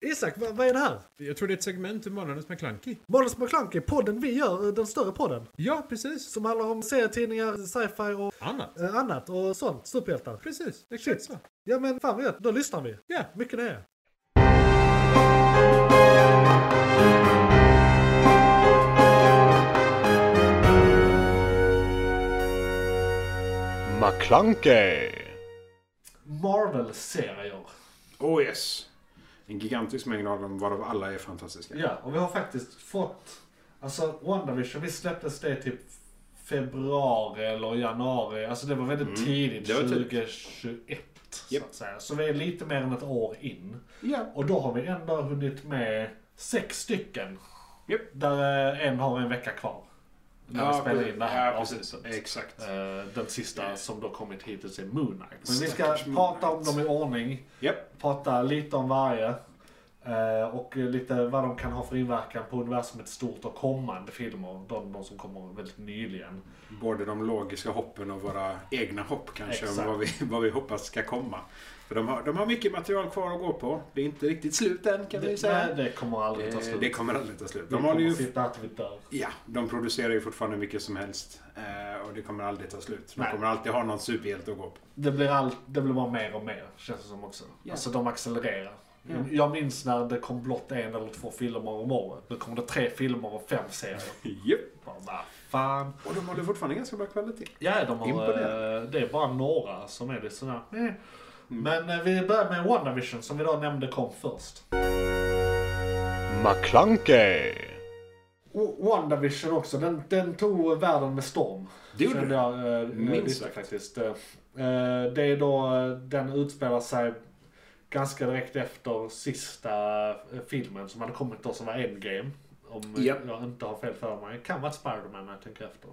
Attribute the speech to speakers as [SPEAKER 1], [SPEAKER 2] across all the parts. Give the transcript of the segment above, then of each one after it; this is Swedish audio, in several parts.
[SPEAKER 1] Isak, vad, vad är det här?
[SPEAKER 2] Jag tror det är ett segment ur Månadens McKlunky.
[SPEAKER 1] Månadens McKlunky, podden vi gör, eh, den större podden.
[SPEAKER 2] Ja, precis.
[SPEAKER 1] Som handlar om serietidningar, sci-fi och
[SPEAKER 2] Annat.
[SPEAKER 1] eh, annat och sånt. Superhjältar.
[SPEAKER 2] Precis, exakt så.
[SPEAKER 1] Ja men fan vad gött, då lyssnar vi.
[SPEAKER 2] Ja.
[SPEAKER 1] Mycket nöje.
[SPEAKER 3] McClunkey!
[SPEAKER 1] Marvel-serier.
[SPEAKER 3] Oh yes! En gigantisk mängd av dem, varav alla är fantastiska.
[SPEAKER 1] Ja, och vi har faktiskt fått... Alltså WandaVision, vi släpptes det typ februari eller januari. Alltså det var väldigt tidigt,
[SPEAKER 3] Mm. det var tidigt.
[SPEAKER 1] 2021.
[SPEAKER 3] Japp.
[SPEAKER 1] Så, att säga. så vi är lite mer än ett år in.
[SPEAKER 3] Ja.
[SPEAKER 1] Och då har vi ändå hunnit med sex stycken.
[SPEAKER 3] Japp.
[SPEAKER 1] Där eh, en har en vecka kvar. När vi spelar in det här
[SPEAKER 3] ja, precis.
[SPEAKER 1] avsnittet.
[SPEAKER 3] Exakt.
[SPEAKER 1] Eh, Den sista som då kommit hittills är Moon Knight. Men vi ska
[SPEAKER 3] Stackars Moon
[SPEAKER 1] prata om
[SPEAKER 3] Knight.
[SPEAKER 1] dem i ordning
[SPEAKER 3] Japp.
[SPEAKER 1] prata lite om varje. eh, Och lite vad de kan ha för inverkan på universumet stort och kommande filmer. De, de som kommer väldigt nyligen.
[SPEAKER 3] Både de logiska hoppen och våra egna hopp kanske, om
[SPEAKER 1] Exakt.
[SPEAKER 3] vad vi, vad vi hoppas ska komma. För de har, de har mycket material kvar att gå på. Det är inte riktigt slut än kan vi säga.
[SPEAKER 1] nej, det kommer aldrig ta
[SPEAKER 3] Eh,
[SPEAKER 1] slut.
[SPEAKER 3] det kommer aldrig ta slut.
[SPEAKER 1] vi
[SPEAKER 3] De
[SPEAKER 1] kommer
[SPEAKER 3] håller ju
[SPEAKER 1] sitta här till vi dör.
[SPEAKER 3] Ja, de producerar ju fortfarande mycket som helst. Eh, och det kommer aldrig ta slut. De
[SPEAKER 1] Nej.
[SPEAKER 3] kommer alltid ha någon superhjälte att gå på.
[SPEAKER 1] Det blir, all, det blir bara mer och mer känns det som också.
[SPEAKER 3] Ja.
[SPEAKER 1] Alltså de accelererar.
[SPEAKER 3] Ja.
[SPEAKER 1] Jag minns när det kom blott en eller två filmer om året. Nu kommer det tre filmer och fem serier.
[SPEAKER 3] Japp.
[SPEAKER 1] Bara, vad fan.
[SPEAKER 3] Och de håller fortfarande ganska bra kvalitet.
[SPEAKER 1] Ja, de har,
[SPEAKER 3] Imponerande.
[SPEAKER 1] eh, det är bara några som är lite sådär. Eh.
[SPEAKER 3] Mm.
[SPEAKER 1] Men eh, vi börjar med WandaVision som vi då nämnde kom först.
[SPEAKER 3] McClunkey!
[SPEAKER 1] O- WandaVision också, den, den tog världen med storm.
[SPEAKER 3] Det gjorde
[SPEAKER 1] Kände
[SPEAKER 3] den.
[SPEAKER 1] jag, eh,
[SPEAKER 3] Minst
[SPEAKER 1] lite
[SPEAKER 3] sagt.
[SPEAKER 1] faktiskt. Eh, eh, det är då, eh, den utspelar sig ganska direkt efter sista eh, filmen som hade kommit då som var Endgame. Om eh,
[SPEAKER 3] Ja.
[SPEAKER 1] jag inte har fel för mig. Det kan vara Spiderman när jag tänker efter.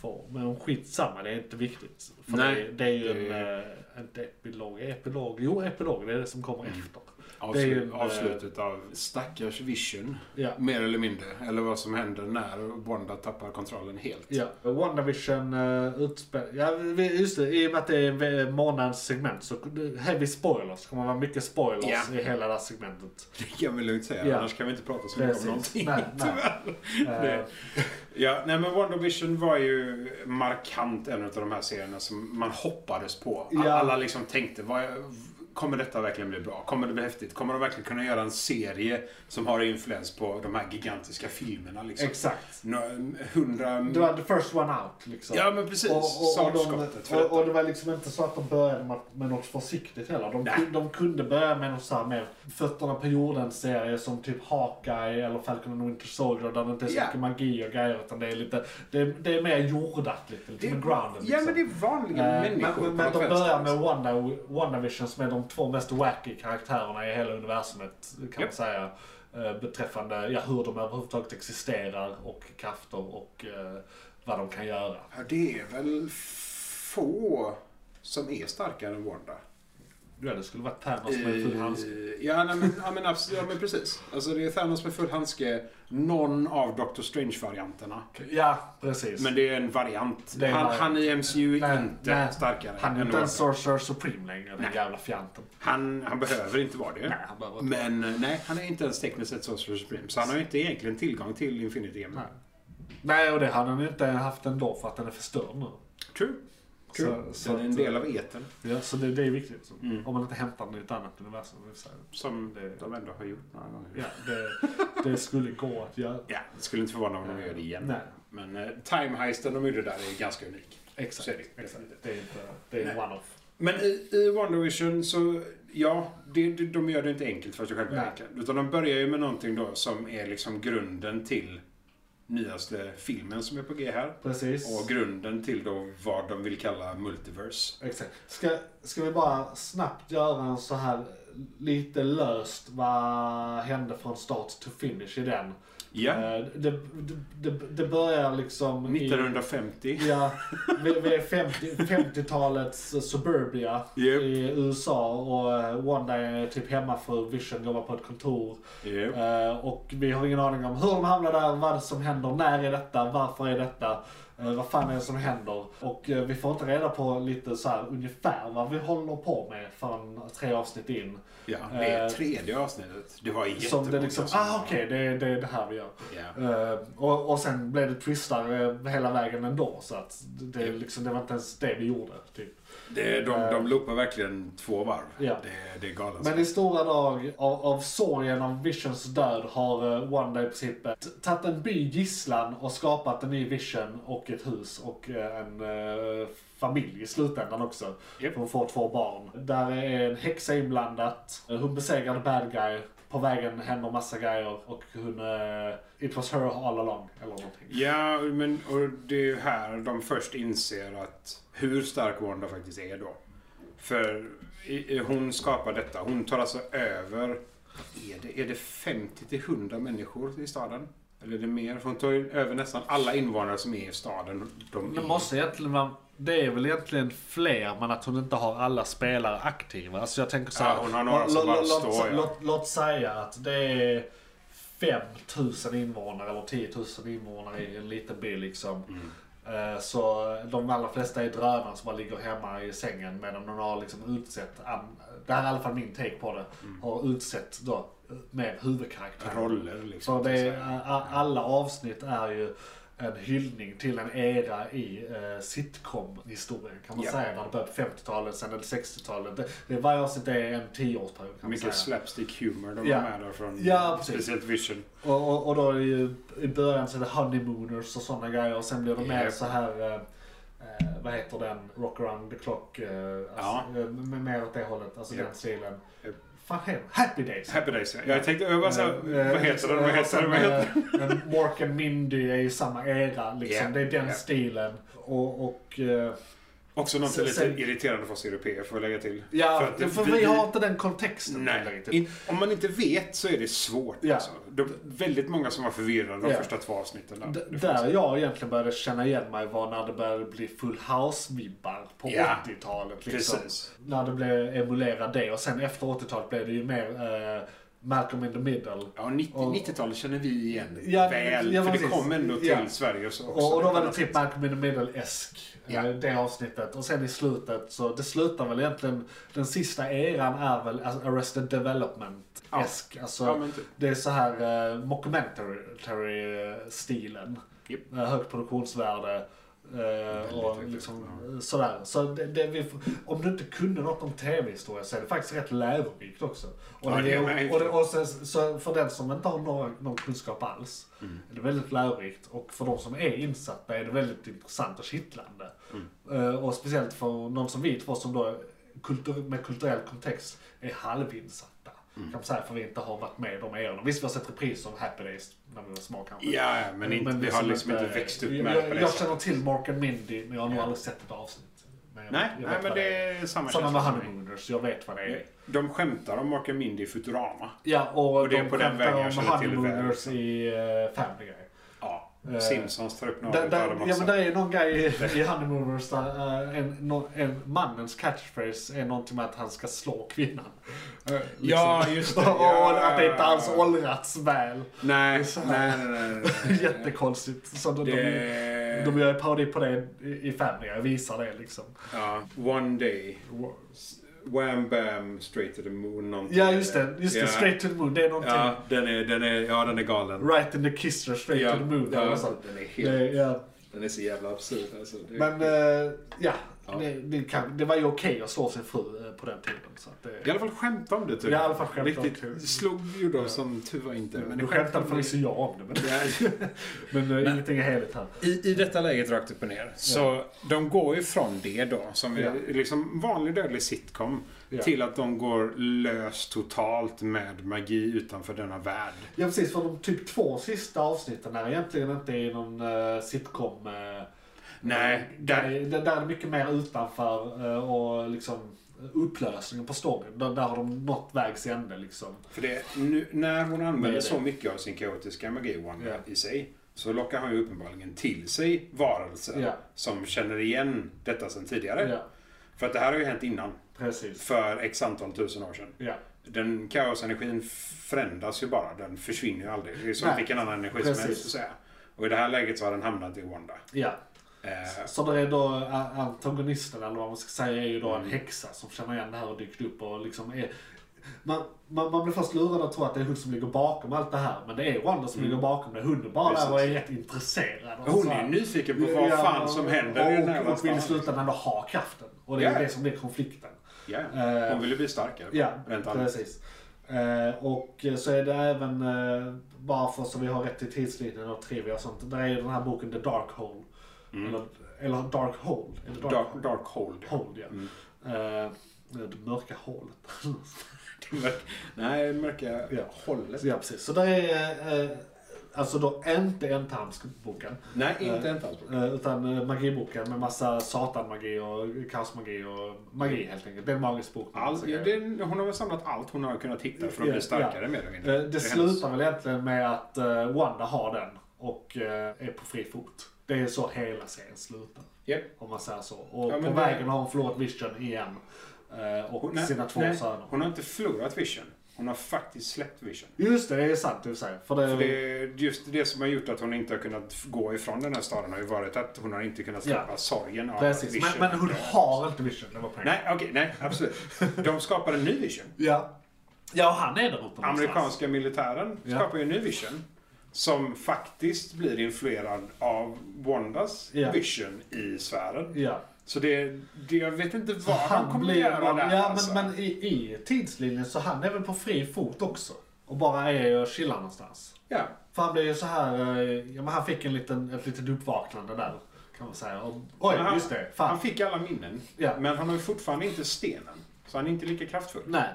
[SPEAKER 1] Två. Men skitsamma, det är inte viktigt. För
[SPEAKER 3] Nej.
[SPEAKER 1] Det, det är ju
[SPEAKER 3] Det
[SPEAKER 1] en, eh, inte epilog, epilog, jo epilog, det är det som kommer
[SPEAKER 3] Mm.
[SPEAKER 1] efter. Det är ju en,
[SPEAKER 3] Avslut,
[SPEAKER 1] eh,
[SPEAKER 3] avslutet av stackars Vision.
[SPEAKER 1] Ja.
[SPEAKER 3] Mer eller mindre. Eller vad som händer när Wanda tappar kontrollen helt.
[SPEAKER 1] Ja, WandaVision uh, utspelar... Ja, vi- just det. I och med att det är månadens segment så heavy spoilers. Det kommer vara mycket spoilers
[SPEAKER 3] Ja.
[SPEAKER 1] i hela det här segmentet.
[SPEAKER 3] Det kan vi lugnt säga.
[SPEAKER 1] Ja.
[SPEAKER 3] Annars kan vi inte prata så mycket om
[SPEAKER 1] Precis.
[SPEAKER 3] någonting.
[SPEAKER 1] Nej, nej. Eh,
[SPEAKER 3] Tyvärr. Det- Ja, nej men WandaVision var ju markant en av de här serierna som man hoppades på. All-
[SPEAKER 1] Ja.
[SPEAKER 3] Alla liksom tänkte, vad, kommer detta verkligen bli bra? Kommer det bli häftigt? Kommer de verkligen kunna göra en serie som har influens på de här gigantiska filmerna liksom?
[SPEAKER 1] Exakt.
[SPEAKER 3] Nå- Hundra...
[SPEAKER 1] Det var the first one out liksom.
[SPEAKER 3] Ja men precis,
[SPEAKER 1] Och, och, och,
[SPEAKER 3] startskottet
[SPEAKER 1] de,
[SPEAKER 3] för
[SPEAKER 1] och, och det
[SPEAKER 3] detta.
[SPEAKER 1] var liksom inte så att de började med, med något försiktigt heller. De,
[SPEAKER 3] Nej.
[SPEAKER 1] kun- de kunde börja med någon så här mer fötterna på jorden-serie som typ Hawkeye eller Falcon and the Winter Soldier där det inte är så
[SPEAKER 3] Ja.
[SPEAKER 1] mycket magi och grejer utan det är lite, det, är- det är mer jordat lite, lite med liksom. grounded
[SPEAKER 3] ja men det är vanliga
[SPEAKER 1] Eh,
[SPEAKER 3] människor
[SPEAKER 1] Men, men
[SPEAKER 3] på
[SPEAKER 1] de
[SPEAKER 3] något
[SPEAKER 1] börjar
[SPEAKER 3] vänster. liksom.
[SPEAKER 1] med Wanda, WandaVision som är de två mest wacky karaktärerna i hela universumet kan man
[SPEAKER 3] Japp.
[SPEAKER 1] säga. Eh, Beträffande ja, hur de överhuvudtaget existerar och krafter och eh, vad de kan göra.
[SPEAKER 3] Ja, det är väl få som är starkare än Wanda.
[SPEAKER 1] Ja, det skulle vara Thanos med full handske.
[SPEAKER 3] Eh, Ja, nej, men, ja, men, abs- ja, men precis. Alltså, det är Thanos med full handske, någon av Doctor Strange-varianterna.
[SPEAKER 1] Ja, precis.
[SPEAKER 3] Men det är en variant.
[SPEAKER 1] Det är en
[SPEAKER 3] han,
[SPEAKER 1] variant.
[SPEAKER 3] han i MCU är
[SPEAKER 1] Nej,
[SPEAKER 3] inte
[SPEAKER 1] nej.
[SPEAKER 3] starkare
[SPEAKER 1] han är
[SPEAKER 3] än
[SPEAKER 1] inte ens
[SPEAKER 3] Wanda.
[SPEAKER 1] Sorcerer Supreme längre, den
[SPEAKER 3] Nej.
[SPEAKER 1] jävla fjanten.
[SPEAKER 3] han, han behöver inte vara det.
[SPEAKER 1] Nej, han behöver inte.
[SPEAKER 3] Men eh, nej, han är inte ens tekniskt sett Sorcerer Supreme. Så han har ju inte egentligen tillgång till Infinity Game.
[SPEAKER 1] Nej. Nej, och det hade han ju inte haft ändå för att den är förstörd nu.
[SPEAKER 3] True. True.
[SPEAKER 1] Så- så
[SPEAKER 3] Den är en
[SPEAKER 1] att-
[SPEAKER 3] del Mm. av etern.
[SPEAKER 1] Ja, så det, det är viktigt. Om man inte hämtar den i ett annat universum. i och för sig.
[SPEAKER 3] Som
[SPEAKER 1] Det-
[SPEAKER 3] de ändå har gjort några gånger.
[SPEAKER 1] Ja, det, det skulle gå att göra.
[SPEAKER 3] Ja, det skulle inte förvåna om de gör det igen.
[SPEAKER 1] Nej.
[SPEAKER 3] Men eh, time-heisten de gjorde där är ganska unik.
[SPEAKER 1] Exakt.
[SPEAKER 3] Så är det.
[SPEAKER 1] exakt. Det är inte, det är en one-off.
[SPEAKER 3] Men i, i WandaVision så, ja, det, det- de gör det inte enkelt för sig själva
[SPEAKER 1] Nej.
[SPEAKER 3] egentligen. Utan de börjar ju med någonting då som är liksom grunden till nyaste filmen som är på G här.
[SPEAKER 1] Precis.
[SPEAKER 3] Och grunden till då vad de vill kalla multiverse.
[SPEAKER 1] Exakt. Ska, ska vi bara snabbt göra en så här lite löst vad hände från start to finish i den?
[SPEAKER 3] Ja,
[SPEAKER 1] Eh, Det, det, det, det börjar liksom i-
[SPEAKER 3] 1950.
[SPEAKER 1] Ja, vi, vi är 50, 50-talets suburbia
[SPEAKER 3] Japp.
[SPEAKER 1] i USA och eh, Wanda är typ hemmafru, Vision jobbar på ett kontor.
[SPEAKER 3] Japp.
[SPEAKER 1] Eh, Och vi har ingen aning om hur de hamnar där, vad som händer, när är detta, varför är detta. Eh, vad fan är det som händer? Och eh, vi får inte reda på lite så här ungefär vad vi håller på med förrän tre avsnitt in.
[SPEAKER 3] Ja, det är
[SPEAKER 1] Eh,
[SPEAKER 3] tredje avsnittet. Det var jättemånga
[SPEAKER 1] Som det liksom, ah
[SPEAKER 3] avsnitt.
[SPEAKER 1] okej det, det är det här vi gör.
[SPEAKER 3] Ja.
[SPEAKER 1] Eh, och, och sen blev det twistar eh, hela vägen ändå så att det,
[SPEAKER 3] Ja.
[SPEAKER 1] liksom, det var inte ens det vi gjorde. Typ.
[SPEAKER 3] Det, de, de loopar verkligen två varv.
[SPEAKER 1] Eh. Ja.
[SPEAKER 3] Det, det är galet.
[SPEAKER 1] Men i stora drag av, av sorgen om Visions död har eh, Wanda i princip eh, t- tagit en by gisslan och skapat en ny Vision och ett hus och eh, en eh, familj i slutändan också.
[SPEAKER 3] Japp.
[SPEAKER 1] Hon får två barn. Där är en häxa inblandat. Eh, Hon besegrade bad guy. På vägen händer massa grejer och hon... eh, it was her all along. Eller någonting.
[SPEAKER 3] Ja, men och det är ju här de först inser att hur stark Wanda faktiskt är då. För i- i- hon skapar detta. Hon tar alltså över, är det, är det 50 till 100 människor i staden? Eller är det mer? För hon tar ju över nästan alla invånare som är i staden. De
[SPEAKER 1] Det
[SPEAKER 3] är-
[SPEAKER 1] måste egentligen vara... Det är väl egentligen fler, men att hon inte har alla spelare aktiva. Alltså jag tänker så här,
[SPEAKER 3] Ja, hon har några som
[SPEAKER 1] låt-
[SPEAKER 3] bara
[SPEAKER 1] låt-
[SPEAKER 3] står,
[SPEAKER 1] låt,
[SPEAKER 3] ja.
[SPEAKER 1] låt, låt säga att det är 5000 invånare eller 10 000 invånare i en liten by liksom.
[SPEAKER 3] Mm.
[SPEAKER 1] Eh, Så de allra flesta är drönare som bara ligger hemma i sängen medan de har liksom utsett, an- det här är i alla fall min take på det,
[SPEAKER 3] Mm.
[SPEAKER 1] har utsett då eh, med huvudkaraktärer.
[SPEAKER 3] roller liksom.
[SPEAKER 1] Så det är,
[SPEAKER 3] Så här.
[SPEAKER 1] a- alla avsnitt är ju en hyllning till en era i eh, sitcom-historien kan man
[SPEAKER 3] Ja.
[SPEAKER 1] säga. När det började på 50-talet, sen är det 60-talet. Det, det, varje avsnitt är en 10-årsperiod kan man
[SPEAKER 3] Mycket
[SPEAKER 1] säga.
[SPEAKER 3] slapstick humor de
[SPEAKER 1] Ja.
[SPEAKER 3] har med där från
[SPEAKER 1] Ja, precis.
[SPEAKER 3] speciellt Vision.
[SPEAKER 1] Och, och, och då är det ju, i början så är det honeymooners och sådana grejer och sen blir det mer
[SPEAKER 3] Japp.
[SPEAKER 1] så här, eh, eh, vad heter den, rock around the clock, eh, alltså, eh, m- mer åt det hållet, alltså
[SPEAKER 3] Japp.
[SPEAKER 1] den stilen.
[SPEAKER 3] Japp.
[SPEAKER 1] Fan, heter den? Happy Days
[SPEAKER 3] Happy Days. ja. Jag tänkte, jag bara så här,
[SPEAKER 1] Eh,
[SPEAKER 3] vad heter den?
[SPEAKER 1] eh,
[SPEAKER 3] Vad
[SPEAKER 1] och
[SPEAKER 3] heter
[SPEAKER 1] sen,
[SPEAKER 3] den? Vad heter den?
[SPEAKER 1] eh, men Mork and Mindy är ju samma era, liksom.
[SPEAKER 3] Ja,
[SPEAKER 1] det är den
[SPEAKER 3] ja.
[SPEAKER 1] stilen. Och, och eh,
[SPEAKER 3] Också något som är lite
[SPEAKER 1] Sen-
[SPEAKER 3] irriterande för oss europeer, får jag lägga till.
[SPEAKER 1] ja,
[SPEAKER 3] För att det
[SPEAKER 1] för vi
[SPEAKER 3] blir-
[SPEAKER 1] har inte den kontexten.
[SPEAKER 3] Nej,
[SPEAKER 1] riktigt.
[SPEAKER 3] in, om man inte vet så är det svårt.
[SPEAKER 1] Ja.
[SPEAKER 3] Alltså. De, väldigt många som var förvirrade de
[SPEAKER 1] Ja.
[SPEAKER 3] första två avsnitten. Där.
[SPEAKER 1] D-
[SPEAKER 3] Det
[SPEAKER 1] Där jag egentligen började känna igen mig var när det började bli full house-vibbar på
[SPEAKER 3] Ja,
[SPEAKER 1] 80-talet. Liksom.
[SPEAKER 3] Precis.
[SPEAKER 1] När det blev emulera det och sen efter 80-talet blev det ju mer eh, Malcolm in the middle.
[SPEAKER 3] Ja, 90,
[SPEAKER 1] Och-
[SPEAKER 3] 90-talet känner vi igen
[SPEAKER 1] Ja,
[SPEAKER 3] väl,
[SPEAKER 1] ja,
[SPEAKER 3] för det
[SPEAKER 1] precis.
[SPEAKER 3] kom ändå till
[SPEAKER 1] Ja.
[SPEAKER 3] Sverige. och Så också.
[SPEAKER 1] Och, och då var det typ Malcolm in the Middle-esk, eh,
[SPEAKER 3] Ja.
[SPEAKER 1] det avsnittet. Och sen i slutet, så det slutar väl egentligen, den sista eran är väl alltså, Arrested Development-esk. Alltså,
[SPEAKER 3] Ja, men typ.
[SPEAKER 1] det är så här eh, mockumentary-stilen.
[SPEAKER 3] Japp.
[SPEAKER 1] Eh, högt produktionsvärde.
[SPEAKER 3] Väldigt
[SPEAKER 1] Eh, och
[SPEAKER 3] högt,
[SPEAKER 1] liksom, eh, sådär. Så det, det vi, får- om du inte kunde något om tv-historia så är det faktiskt rätt lärorikt också. Och,
[SPEAKER 3] Ja,
[SPEAKER 1] det,
[SPEAKER 3] det är
[SPEAKER 1] är-
[SPEAKER 3] med.
[SPEAKER 1] och, det, och sen, så för den som inte har någon, någon kunskap alls
[SPEAKER 3] Mm.
[SPEAKER 1] är det väldigt lärorikt. Och för de som är insatta är det väldigt intressant och kittlande. Eh, och speciellt för någon som vi två som då kultur, med kulturell kontext är halvinsatta.
[SPEAKER 3] Mm.
[SPEAKER 1] Kan man säga, för vi inte har varit med i de erorna. Visst, vi har sett repriser av Happy Days när vi var små kanske.
[SPEAKER 3] Ja, ja, men, inte, vi har liksom inte växt upp med det på
[SPEAKER 1] jag,
[SPEAKER 3] det
[SPEAKER 1] jag
[SPEAKER 3] sättet.
[SPEAKER 1] känner till Mark and Mindy, men jag har nog
[SPEAKER 3] Ja.
[SPEAKER 1] aldrig sett ett avsnitt. Men jag-
[SPEAKER 3] Nej,
[SPEAKER 1] jag
[SPEAKER 3] nej
[SPEAKER 1] vet
[SPEAKER 3] men
[SPEAKER 1] vad
[SPEAKER 3] det är samma
[SPEAKER 1] Samma med
[SPEAKER 3] känsla.
[SPEAKER 1] Honeymooners, jag vet vad det är.
[SPEAKER 3] De skämtar om Mark and Mindy i Futurama.
[SPEAKER 1] Ja, och,
[SPEAKER 3] Och det är
[SPEAKER 1] de
[SPEAKER 3] på den
[SPEAKER 1] skämtar
[SPEAKER 3] vägen jag
[SPEAKER 1] om
[SPEAKER 3] känner till det väl,
[SPEAKER 1] Honeymooners
[SPEAKER 3] liksom.
[SPEAKER 1] i uh, Family Guy.
[SPEAKER 3] Ja.
[SPEAKER 1] Eh,
[SPEAKER 3] Simpsons tar upp några
[SPEAKER 1] Där,
[SPEAKER 3] av
[SPEAKER 1] där,
[SPEAKER 3] dem också.
[SPEAKER 1] ja, men där är någon grej i, i Honeymooners där eh, en, no, en mannens catchphrase är någonting med att han ska slå kvinnan. Eh, liksom.
[SPEAKER 3] Ja, just det.
[SPEAKER 1] och
[SPEAKER 3] Ja.
[SPEAKER 1] att det inte alls åldrats väl.
[SPEAKER 3] Nej, nej, nej. nej, nej.
[SPEAKER 1] Jättekonstigt. Så de, de,
[SPEAKER 3] Det...
[SPEAKER 1] de gör en parodi på det i, i Family Guy, visar det liksom.
[SPEAKER 3] Ja, One Day. Wham Bam Straight to the Moon någonting.
[SPEAKER 1] Ja, just det. Just det.
[SPEAKER 3] Ja.
[SPEAKER 1] Straight to the moon, det är någonting.
[SPEAKER 3] Ja, den är, den är, ja, den är galen.
[SPEAKER 1] Right in the kisser, straight
[SPEAKER 3] ja,
[SPEAKER 1] to the moon.
[SPEAKER 3] ja,
[SPEAKER 1] eller något sånt.
[SPEAKER 3] den, är helt,
[SPEAKER 1] Det, ja.
[SPEAKER 3] den är så jävla absurd. Alltså, det,
[SPEAKER 1] Men eh, ja,
[SPEAKER 3] Ja.
[SPEAKER 1] Det, det, kan, det var ju okej att slå sin fru eh, på den tiden. Så att det,
[SPEAKER 3] I alla fall skämta om det typ.
[SPEAKER 1] I alla fall skämta om
[SPEAKER 3] Riktigt,
[SPEAKER 1] det.
[SPEAKER 3] slog ju de som tur var inte.
[SPEAKER 1] men
[SPEAKER 3] Men
[SPEAKER 1] nu
[SPEAKER 3] det
[SPEAKER 1] skämtade
[SPEAKER 3] skämtade
[SPEAKER 1] förvisso jag om det, men, men, eh, ingenting är heligt här.
[SPEAKER 3] I, I detta läget rakt upp och ner. Så de går ju från det då, som är
[SPEAKER 1] Ja.
[SPEAKER 3] liksom vanlig dödlig sitcom,
[SPEAKER 1] Ja.
[SPEAKER 3] till att de går lös totalt med magi utanför denna värld.
[SPEAKER 1] Ja precis, för de typ två sista avsnitten är egentligen inte i någon eh, sitcom. eh,
[SPEAKER 3] Nej, där,
[SPEAKER 1] där, där är det mycket mer utanför eh, och liksom upplösningen på storyn. Där, där har de nått vägs ände liksom.
[SPEAKER 3] För det, nu, när hon använder
[SPEAKER 1] Det är det.
[SPEAKER 3] så mycket av sin kaotiska magi Wanda
[SPEAKER 1] Ja.
[SPEAKER 3] i sig så lockar han ju uppenbarligen till sig varelser
[SPEAKER 1] Ja.
[SPEAKER 3] som känner igen detta sedan tidigare.
[SPEAKER 1] Ja,
[SPEAKER 3] För att det här har ju hänt innan,
[SPEAKER 1] precis.
[SPEAKER 3] för x antal tusen år sedan.
[SPEAKER 1] Ja.
[SPEAKER 3] Den kaosenergin förändras ju bara, den försvinner ju aldrig. Det är som
[SPEAKER 1] Nej.
[SPEAKER 3] vilken annan energi som
[SPEAKER 1] Precis.
[SPEAKER 3] helst så att säga. Och i det här läget så har den hamnat i Wanda.
[SPEAKER 1] Ja.
[SPEAKER 3] Eh,
[SPEAKER 1] Så det är då a- antagonisten, eller vad man ska säga, är ju då
[SPEAKER 3] Mm.
[SPEAKER 1] en häxa som känner igen det här och dykt upp och liksom är... Man, man, man blir först lurad att tro att det är hon som ligger bakom allt det här, men det är Wanda som ligger bakom det. Hon är bara där och är jätteintresserad. Och
[SPEAKER 3] Mm. hon
[SPEAKER 1] så
[SPEAKER 3] är
[SPEAKER 1] här.
[SPEAKER 3] ju nyfiken på vad
[SPEAKER 1] Ja,
[SPEAKER 3] fan som händer i den här
[SPEAKER 1] Och, och vill i
[SPEAKER 3] världen.
[SPEAKER 1] slutändan då ha kraften. Och det är
[SPEAKER 3] Ja.
[SPEAKER 1] det som blir konflikten.
[SPEAKER 3] Ja,
[SPEAKER 1] Eh,
[SPEAKER 3] hon vill ju bli starkare.
[SPEAKER 1] Ja,
[SPEAKER 3] rent allmänt.
[SPEAKER 1] precis. Eh, och eh, så är det även, eh, bara för så vi har rätt i tidslinjen och trivia och sånt. Där är ju den här boken The Dark Hole. Eller, eller Dark Hole. Är det Dark,
[SPEAKER 3] Mm. Dark, Mm. dark hold.
[SPEAKER 1] Hole, ja. Eh, det mörka hålet.
[SPEAKER 3] Nej, mörka
[SPEAKER 1] Ja.
[SPEAKER 3] hållet.
[SPEAKER 1] ja, precis. Så där är, eh, alltså då inte entarmsboken.
[SPEAKER 3] Nej, inte en alls.
[SPEAKER 1] Eh, Utan eh, magiboken med massa satanmagi och kaosmagi och magi helt enkelt. Det är en magisk bok. med
[SPEAKER 3] Allt,
[SPEAKER 1] massa
[SPEAKER 3] ja,
[SPEAKER 1] grejer.
[SPEAKER 3] det, är- hon har väl samlat allt hon har kunnat hitta för att
[SPEAKER 1] Ja,
[SPEAKER 3] bli starkare
[SPEAKER 1] ja.
[SPEAKER 3] mer eller mindre.
[SPEAKER 1] Eh, Det
[SPEAKER 3] är
[SPEAKER 1] slutar väl egentligen med att eh, Wanda har den och eh, är på fri fot. Det är så hela serien slutar.
[SPEAKER 3] Japp.
[SPEAKER 1] Om man säger så. Och
[SPEAKER 3] Ja, men
[SPEAKER 1] på
[SPEAKER 3] det-
[SPEAKER 1] vägen har hon förlorat Vision igen. eh, Och
[SPEAKER 3] Hon- nej,
[SPEAKER 1] sina två
[SPEAKER 3] nej,
[SPEAKER 1] söner.
[SPEAKER 3] Hon har inte förlorat vision. Hon har faktiskt släppt vision.
[SPEAKER 1] Just det, det är sant du säger. För det,
[SPEAKER 3] För det, är just det som har gjort att hon inte har kunnat f- gå ifrån den här staden har ju varit att hon har inte kunnat släppa
[SPEAKER 1] Ja.
[SPEAKER 3] sorgen av att
[SPEAKER 1] precis.
[SPEAKER 3] vision.
[SPEAKER 1] Men, men hon har inte Vision, det var poängen.
[SPEAKER 3] Nej, okej, nej, absolut. De skapar en ny vision.
[SPEAKER 1] Ja. ja, och han är där uppe någonstans.
[SPEAKER 3] Amerikanska militären
[SPEAKER 1] Ja.
[SPEAKER 3] skapar ju en ny vision. Som faktiskt blir influerad av Wandas
[SPEAKER 1] Ja.
[SPEAKER 3] vision i sfären.
[SPEAKER 1] Ja.
[SPEAKER 3] Så det, det, jag vet inte vad han,
[SPEAKER 1] Han
[SPEAKER 3] kommer
[SPEAKER 1] blir,
[SPEAKER 3] göra där.
[SPEAKER 1] ja,
[SPEAKER 3] alltså.
[SPEAKER 1] men, men i, i tidslinjen så han är väl på fri fot också. Och bara är och chillar någonstans.
[SPEAKER 3] ja.
[SPEAKER 1] För han blev ju så här, eh, ja, men han fick en liten, ett litet uppvaknande där. Kan man säga. Och, oj,
[SPEAKER 3] Men han,
[SPEAKER 1] just det. Fan.
[SPEAKER 3] han fick alla minnen.
[SPEAKER 1] Ja.
[SPEAKER 3] Men han har ju fortfarande inte stenen. Så han är inte lika kraftfull.
[SPEAKER 1] Nej.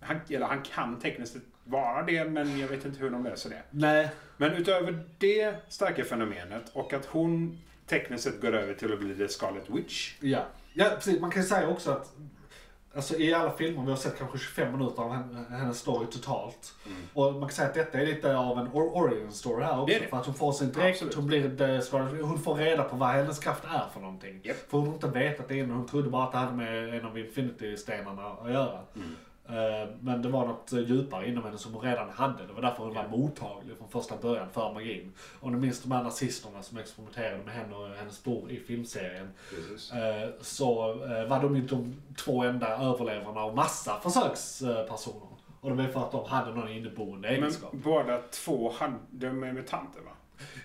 [SPEAKER 3] Han, eller han kan tekniskt sett vara det, men jag vet inte hur de löser det.
[SPEAKER 1] Nej.
[SPEAKER 3] Men utöver det starka fenomenet och att hon tekniskt sett går över till att bli The Scarlet Witch.
[SPEAKER 1] Ja. ja, precis. Man kan ju säga också att alltså, i alla filmer, vi har sett kanske 25 minuter av hen- hennes story totalt. Och man kan säga att detta är lite av en or- origin story här också.
[SPEAKER 3] Mm. Det är det.
[SPEAKER 1] För att hon får sin dräkt,
[SPEAKER 3] Absolut.
[SPEAKER 1] hon, blir, det ska- hon får reda på vad hennes kraft är för någonting.
[SPEAKER 3] Japp.
[SPEAKER 1] För hon har inte vetat det innan, hon trodde bara att det hade med en av infinity-stenarna att göra.
[SPEAKER 3] Mm.
[SPEAKER 1] Eh, Men det var något djupare inom henne som hon redan hade. Det var därför hon var mottaglig från första början för magin. Om ni minns de här nazisterna som experimenterade med henne och hennes bror i filmserien. Eh, så eh, var de ju de två enda överlevarna av massa försökspersoner. Och det var för att de hade någon inneboende
[SPEAKER 3] Men
[SPEAKER 1] egenskap.
[SPEAKER 3] båda två hade, de är mutanter va?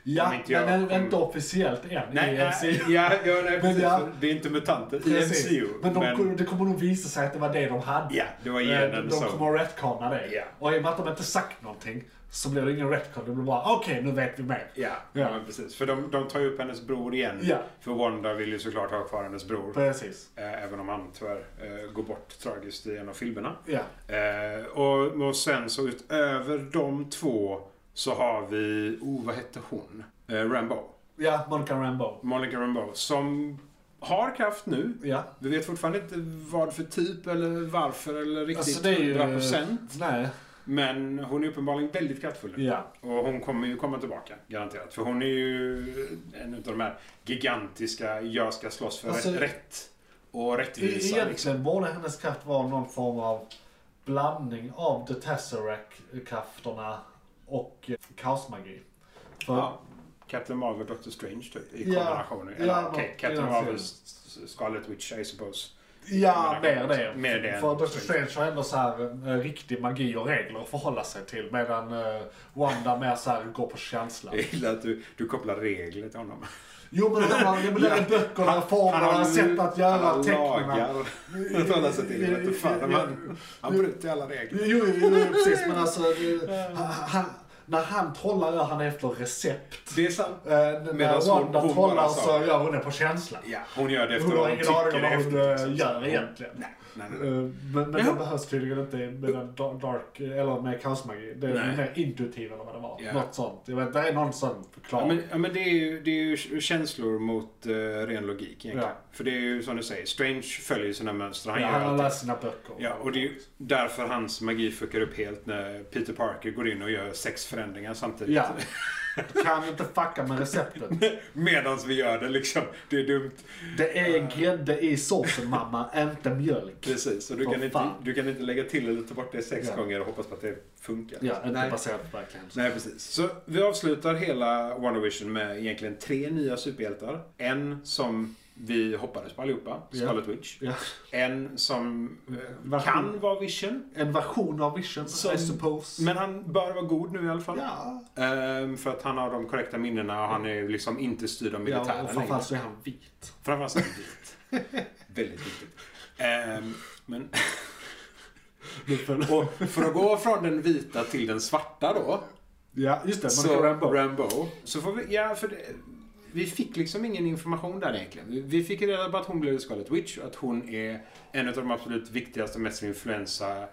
[SPEAKER 1] ja,
[SPEAKER 3] om inte jag
[SPEAKER 1] men en-
[SPEAKER 3] kommer-
[SPEAKER 1] inte officiellt än
[SPEAKER 3] Nej,
[SPEAKER 1] i
[SPEAKER 3] nej,
[SPEAKER 1] MCU.
[SPEAKER 3] ja, ja, nej precis.
[SPEAKER 1] ja.
[SPEAKER 3] Det är inte mutanter i
[SPEAKER 1] Precis.
[SPEAKER 3] MCU.
[SPEAKER 1] Men, de, det kommer nog visa sig att det var det de hade.
[SPEAKER 3] Ja, det var
[SPEAKER 1] Eh,
[SPEAKER 3] genen
[SPEAKER 1] De,
[SPEAKER 3] som-
[SPEAKER 1] de kommer att retconna det.
[SPEAKER 3] Ja.
[SPEAKER 1] Och i och med att de inte sagt någonting så blir det ingen retcon. Det blir bara okej, nu vet vi mer.
[SPEAKER 3] Ja,
[SPEAKER 1] Ja.
[SPEAKER 3] ja. Men precis. För de, de tar ju upp hennes bror igen.
[SPEAKER 1] Ja.
[SPEAKER 3] För Wanda vill ju såklart ha kvar hennes bror.
[SPEAKER 1] Precis.
[SPEAKER 3] Eh, även om han tyvärr eh, går bort tragiskt i en av filmerna.
[SPEAKER 1] Ja.
[SPEAKER 3] Eh, och, och sen så utöver de två så har vi, oh vad hette hon? Eh, Rambo.
[SPEAKER 1] ja, Monica Rambeau.
[SPEAKER 3] Monica Rambo. Som har kraft nu.
[SPEAKER 1] Ja.
[SPEAKER 3] Vi vet fortfarande inte vad för typ eller varför eller riktigt
[SPEAKER 1] Alltså, det är ju-
[SPEAKER 3] 100%.
[SPEAKER 1] Nej.
[SPEAKER 3] Men hon är uppenbarligen väldigt kraftfull nu.
[SPEAKER 1] Ja.
[SPEAKER 3] Och hon kommer ju komma tillbaka, garanterat. För hon är ju en av de här gigantiska, jag ska slåss för
[SPEAKER 1] Alltså-
[SPEAKER 3] rätt och rättvisa.
[SPEAKER 1] Egentligen
[SPEAKER 3] liksom.
[SPEAKER 1] borde hennes kraft vara någon form av blandning av the Tesseract-krafterna och eh, kaosmagi. För,
[SPEAKER 3] Ja. Captain Marvel och Doctor Strange typ, i
[SPEAKER 1] Ja.
[SPEAKER 3] kombination.
[SPEAKER 1] Ja,
[SPEAKER 3] Eller,
[SPEAKER 1] men-
[SPEAKER 3] okej, Captain
[SPEAKER 1] ja,
[SPEAKER 3] Marvel,
[SPEAKER 1] precis.
[SPEAKER 3] S- S- Scarlet Witch, I suppose.
[SPEAKER 1] Ja, mer det.
[SPEAKER 3] Mer det.
[SPEAKER 1] För Dr. Strange har ändå så här eh, riktig magi och regler att förhålla sig till. Medan eh, Wanda mer så här går på känsla.
[SPEAKER 3] Jag gillar att du, du kopplar regler till honom.
[SPEAKER 1] Jo men han har ju med böckerna, formerna, sätt att göra, tecknen.
[SPEAKER 3] Han talar sig till. Jag vet inte fan, Han, han bryter alla regler.
[SPEAKER 1] Jo, jo, jo, precis men alltså. det- han- han, när han trollar gör han efter recept.
[SPEAKER 3] Det är sant.
[SPEAKER 1] Eh, när
[SPEAKER 3] Medan hon-
[SPEAKER 1] Wanda
[SPEAKER 3] hon bara
[SPEAKER 1] trollar
[SPEAKER 3] sa-
[SPEAKER 1] så gör hon det på känsla.
[SPEAKER 3] Ja, hon gör det efter
[SPEAKER 1] Hon har
[SPEAKER 3] vad
[SPEAKER 1] ingen aning om
[SPEAKER 3] tycker
[SPEAKER 1] vad hon
[SPEAKER 3] efter, liksom.
[SPEAKER 1] eh, gör egentligen.
[SPEAKER 3] Nej, nej,
[SPEAKER 1] Eh,
[SPEAKER 3] nej.
[SPEAKER 1] Men, men
[SPEAKER 3] Jaha.
[SPEAKER 1] det behövs tydligen inte med den da- dark, eller med kaosmagi. Det är
[SPEAKER 3] Nej.
[SPEAKER 1] mer intuitiv eller vad det var.
[SPEAKER 3] Ja.
[SPEAKER 1] Något sånt. Jag vet, det är någon sån
[SPEAKER 3] Ja,
[SPEAKER 1] förklaring.
[SPEAKER 3] men, ja, men det, är ju, det är ju känslor mot eh, ren logik egentligen.
[SPEAKER 1] Ja.
[SPEAKER 3] För det är ju som du säger, Strange följer ju sina mönster. Han
[SPEAKER 1] Ja,
[SPEAKER 3] gör
[SPEAKER 1] han har
[SPEAKER 3] alltid-
[SPEAKER 1] läst sina böcker.
[SPEAKER 3] Ja, och det är ju därför hans magi fuckar upp helt när Peter Parker går in och gör sex förändringar samtidigt.
[SPEAKER 1] Ja. Du kan inte fucka med receptet.
[SPEAKER 3] Medans vi gör det liksom. Det är dumt.
[SPEAKER 1] Det är grädde i såsen mamma, inte mjölk.
[SPEAKER 3] Precis, och du
[SPEAKER 1] Vad
[SPEAKER 3] kan, inte,
[SPEAKER 1] fan.
[SPEAKER 3] du kan inte lägga till eller ta bort det sex
[SPEAKER 1] Ja.
[SPEAKER 3] gånger och hoppas på att det funkar.
[SPEAKER 1] Ja, inte
[SPEAKER 3] Nej.
[SPEAKER 1] baserat på verkligheten.
[SPEAKER 3] Nej, precis. Så vi avslutar hela Wonder Vision med egentligen tre nya superhjältar. En som vi hoppades på allihopa,
[SPEAKER 1] Ja.
[SPEAKER 3] Scarlet Witch.
[SPEAKER 1] Ja.
[SPEAKER 3] En som eh,
[SPEAKER 1] Version.
[SPEAKER 3] kan vara Vision,
[SPEAKER 1] En version av Vision,
[SPEAKER 3] Som-
[SPEAKER 1] I suppose.
[SPEAKER 3] men han bör vara god nu i alla fall.
[SPEAKER 1] Mm. ja.
[SPEAKER 3] Ehm, för att han har de korrekta minnena och han är liksom inte styrd av militären
[SPEAKER 1] ja, och
[SPEAKER 3] längre.
[SPEAKER 1] framförallt så är han vit.
[SPEAKER 3] Framförallt så är han vit. Väldigt viktigt. Ehm, men
[SPEAKER 1] Nu föll-
[SPEAKER 3] Och för att gå från den vita till den svarta då.
[SPEAKER 1] Ja, just det. Man
[SPEAKER 3] Så,
[SPEAKER 1] så, Rambo.
[SPEAKER 3] Rambo. Så får vi, ja för det, vi fick liksom ingen information där egentligen. Vi, vi fick reda på att hon blev Scarlet Witch och att hon är en av de absolut viktigaste och mest influensa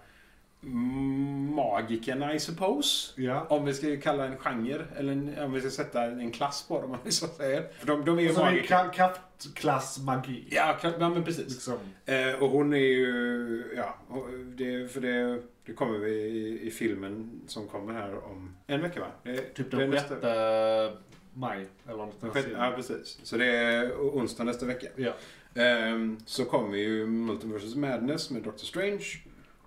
[SPEAKER 3] magikerna I suppose.
[SPEAKER 1] ja.
[SPEAKER 3] Om vi ska kalla en genre, eller en, om vi ska sätta en klass på dem om vi så säger. För de, de är ju
[SPEAKER 1] Alltså det är
[SPEAKER 3] magiker.
[SPEAKER 1] kra- kraftklass magi.
[SPEAKER 3] Ja, kra- ja, men precis.
[SPEAKER 1] Liksom.
[SPEAKER 3] Eh, och hon är ju, ja, och det, för det, det kommer vi i, i filmen som kommer här om en vecka va? Det,
[SPEAKER 1] Typ
[SPEAKER 3] det är
[SPEAKER 1] den
[SPEAKER 3] nästa-
[SPEAKER 1] 6 maj. Eller något sånt.
[SPEAKER 3] den sjätte- Ja, precis. Så det är onsdag nästa vecka.
[SPEAKER 1] Ja.
[SPEAKER 3] Ehm, så kommer ju Multiversus Madness med Doctor Strange.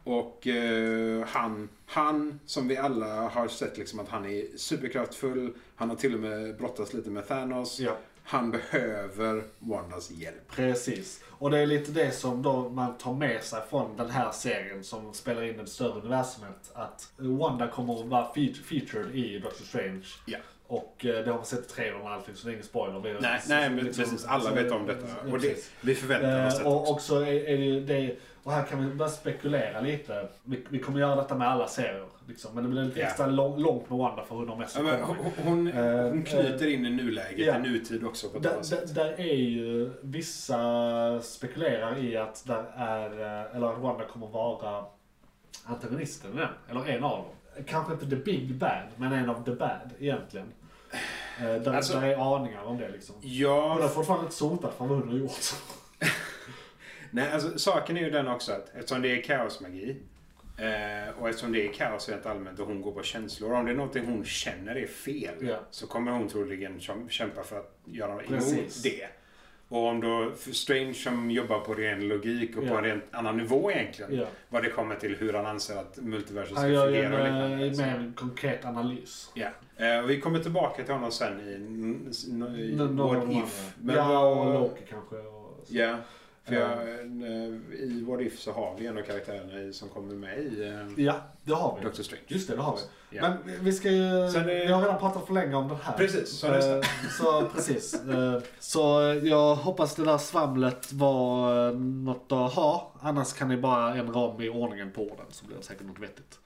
[SPEAKER 3] Och eh, han, han, som vi alla har sett liksom att han är superkraftfull. Han har till och med brottats lite med Thanos.
[SPEAKER 1] ja,
[SPEAKER 3] Han behöver Wandas hjälp.
[SPEAKER 1] precis. Och det är lite det som då man tar med sig från den här serien som spelar in det större universumet. Att Wanda kommer att vara fe- featured i Doctor Strange.
[SPEAKER 3] Ja.
[SPEAKER 1] Och eh, det har man sett i trailern och allting så det är ingen spoiler. Det är-
[SPEAKER 3] Nej, nej men precis. Alla
[SPEAKER 1] så-
[SPEAKER 3] vet om detta.
[SPEAKER 1] Ja,
[SPEAKER 3] Och det,
[SPEAKER 1] precis.
[SPEAKER 3] vi förväntar oss
[SPEAKER 1] Eh,
[SPEAKER 3] detta.
[SPEAKER 1] och, och så är, är det, ju det, och här kan vi bara spekulera lite. Vi, vi kommer göra detta med alla serier. Liksom. Men det blir lite
[SPEAKER 3] Ja.
[SPEAKER 1] extra lång, långt med Wanda för hon har mest
[SPEAKER 3] Ja,
[SPEAKER 1] att
[SPEAKER 3] men
[SPEAKER 1] komma
[SPEAKER 3] hon,
[SPEAKER 1] med.
[SPEAKER 3] hon,
[SPEAKER 1] Eh,
[SPEAKER 3] hon knyter in i nuläget,
[SPEAKER 1] ja.
[SPEAKER 3] i nutid också på ett
[SPEAKER 1] Där,
[SPEAKER 3] annat
[SPEAKER 1] där,
[SPEAKER 3] sätt.
[SPEAKER 1] där är ju vissa spekulerar i att där är, eh, eller att Wanda kommer vara antagonisten i den, eller en av dem. Kanske inte the big bad, men en av the bad egentligen. Eh, Där,
[SPEAKER 3] Alltså-
[SPEAKER 1] där är aningar om det liksom. Hon är
[SPEAKER 3] Ja,
[SPEAKER 1] fortfarande inte sotad för vad hon har gjort.
[SPEAKER 3] nej, alltså, saken är ju den också att eftersom det är kaosmagi eh, och eftersom det är kaos rent allmänt och hon går på känslor. Om det är någonting hon känner är fel
[SPEAKER 1] Ja.
[SPEAKER 3] så kommer hon troligen käm- kämpa för att göra emot
[SPEAKER 1] Precis.
[SPEAKER 3] det. Och om då för Strange som jobbar på ren logik och på
[SPEAKER 1] Ja.
[SPEAKER 3] en rent annan nivå egentligen.
[SPEAKER 1] Ja.
[SPEAKER 3] Vad det kommer till hur han anser att multiversum ska
[SPEAKER 1] Han gör ju
[SPEAKER 3] fungera
[SPEAKER 1] en
[SPEAKER 3] och liknande.
[SPEAKER 1] eh,
[SPEAKER 3] Så-
[SPEAKER 1] mer konkret analys.
[SPEAKER 3] Ja, eh, och vi kommer tillbaka till honom sen i, n- s- n- i
[SPEAKER 1] N- någon av
[SPEAKER 3] Eh, What
[SPEAKER 1] de
[SPEAKER 3] If.
[SPEAKER 1] andra.
[SPEAKER 3] Men
[SPEAKER 1] ja,
[SPEAKER 3] vad-
[SPEAKER 1] och Loki kanske. Och... så.
[SPEAKER 3] Ja, för jag, eh, i What If så har vi en av karaktärerna i- som kommer med i eh,
[SPEAKER 1] Ja, det har vi.
[SPEAKER 3] Doctor Strange.
[SPEAKER 1] Just det, det har vi.
[SPEAKER 3] Ja.
[SPEAKER 1] Men vi- vi ska ju...
[SPEAKER 3] Sen är-
[SPEAKER 1] Vi har redan pratat för länge om det här.
[SPEAKER 3] Precis, så
[SPEAKER 1] Eh,
[SPEAKER 3] nästa.
[SPEAKER 1] Så precis. Eh, Så eh, jag hoppas det där svamlet var eh, något att ha. Annars kan ni bara ändra om i ordningen på orden så blir det säkert något vettigt.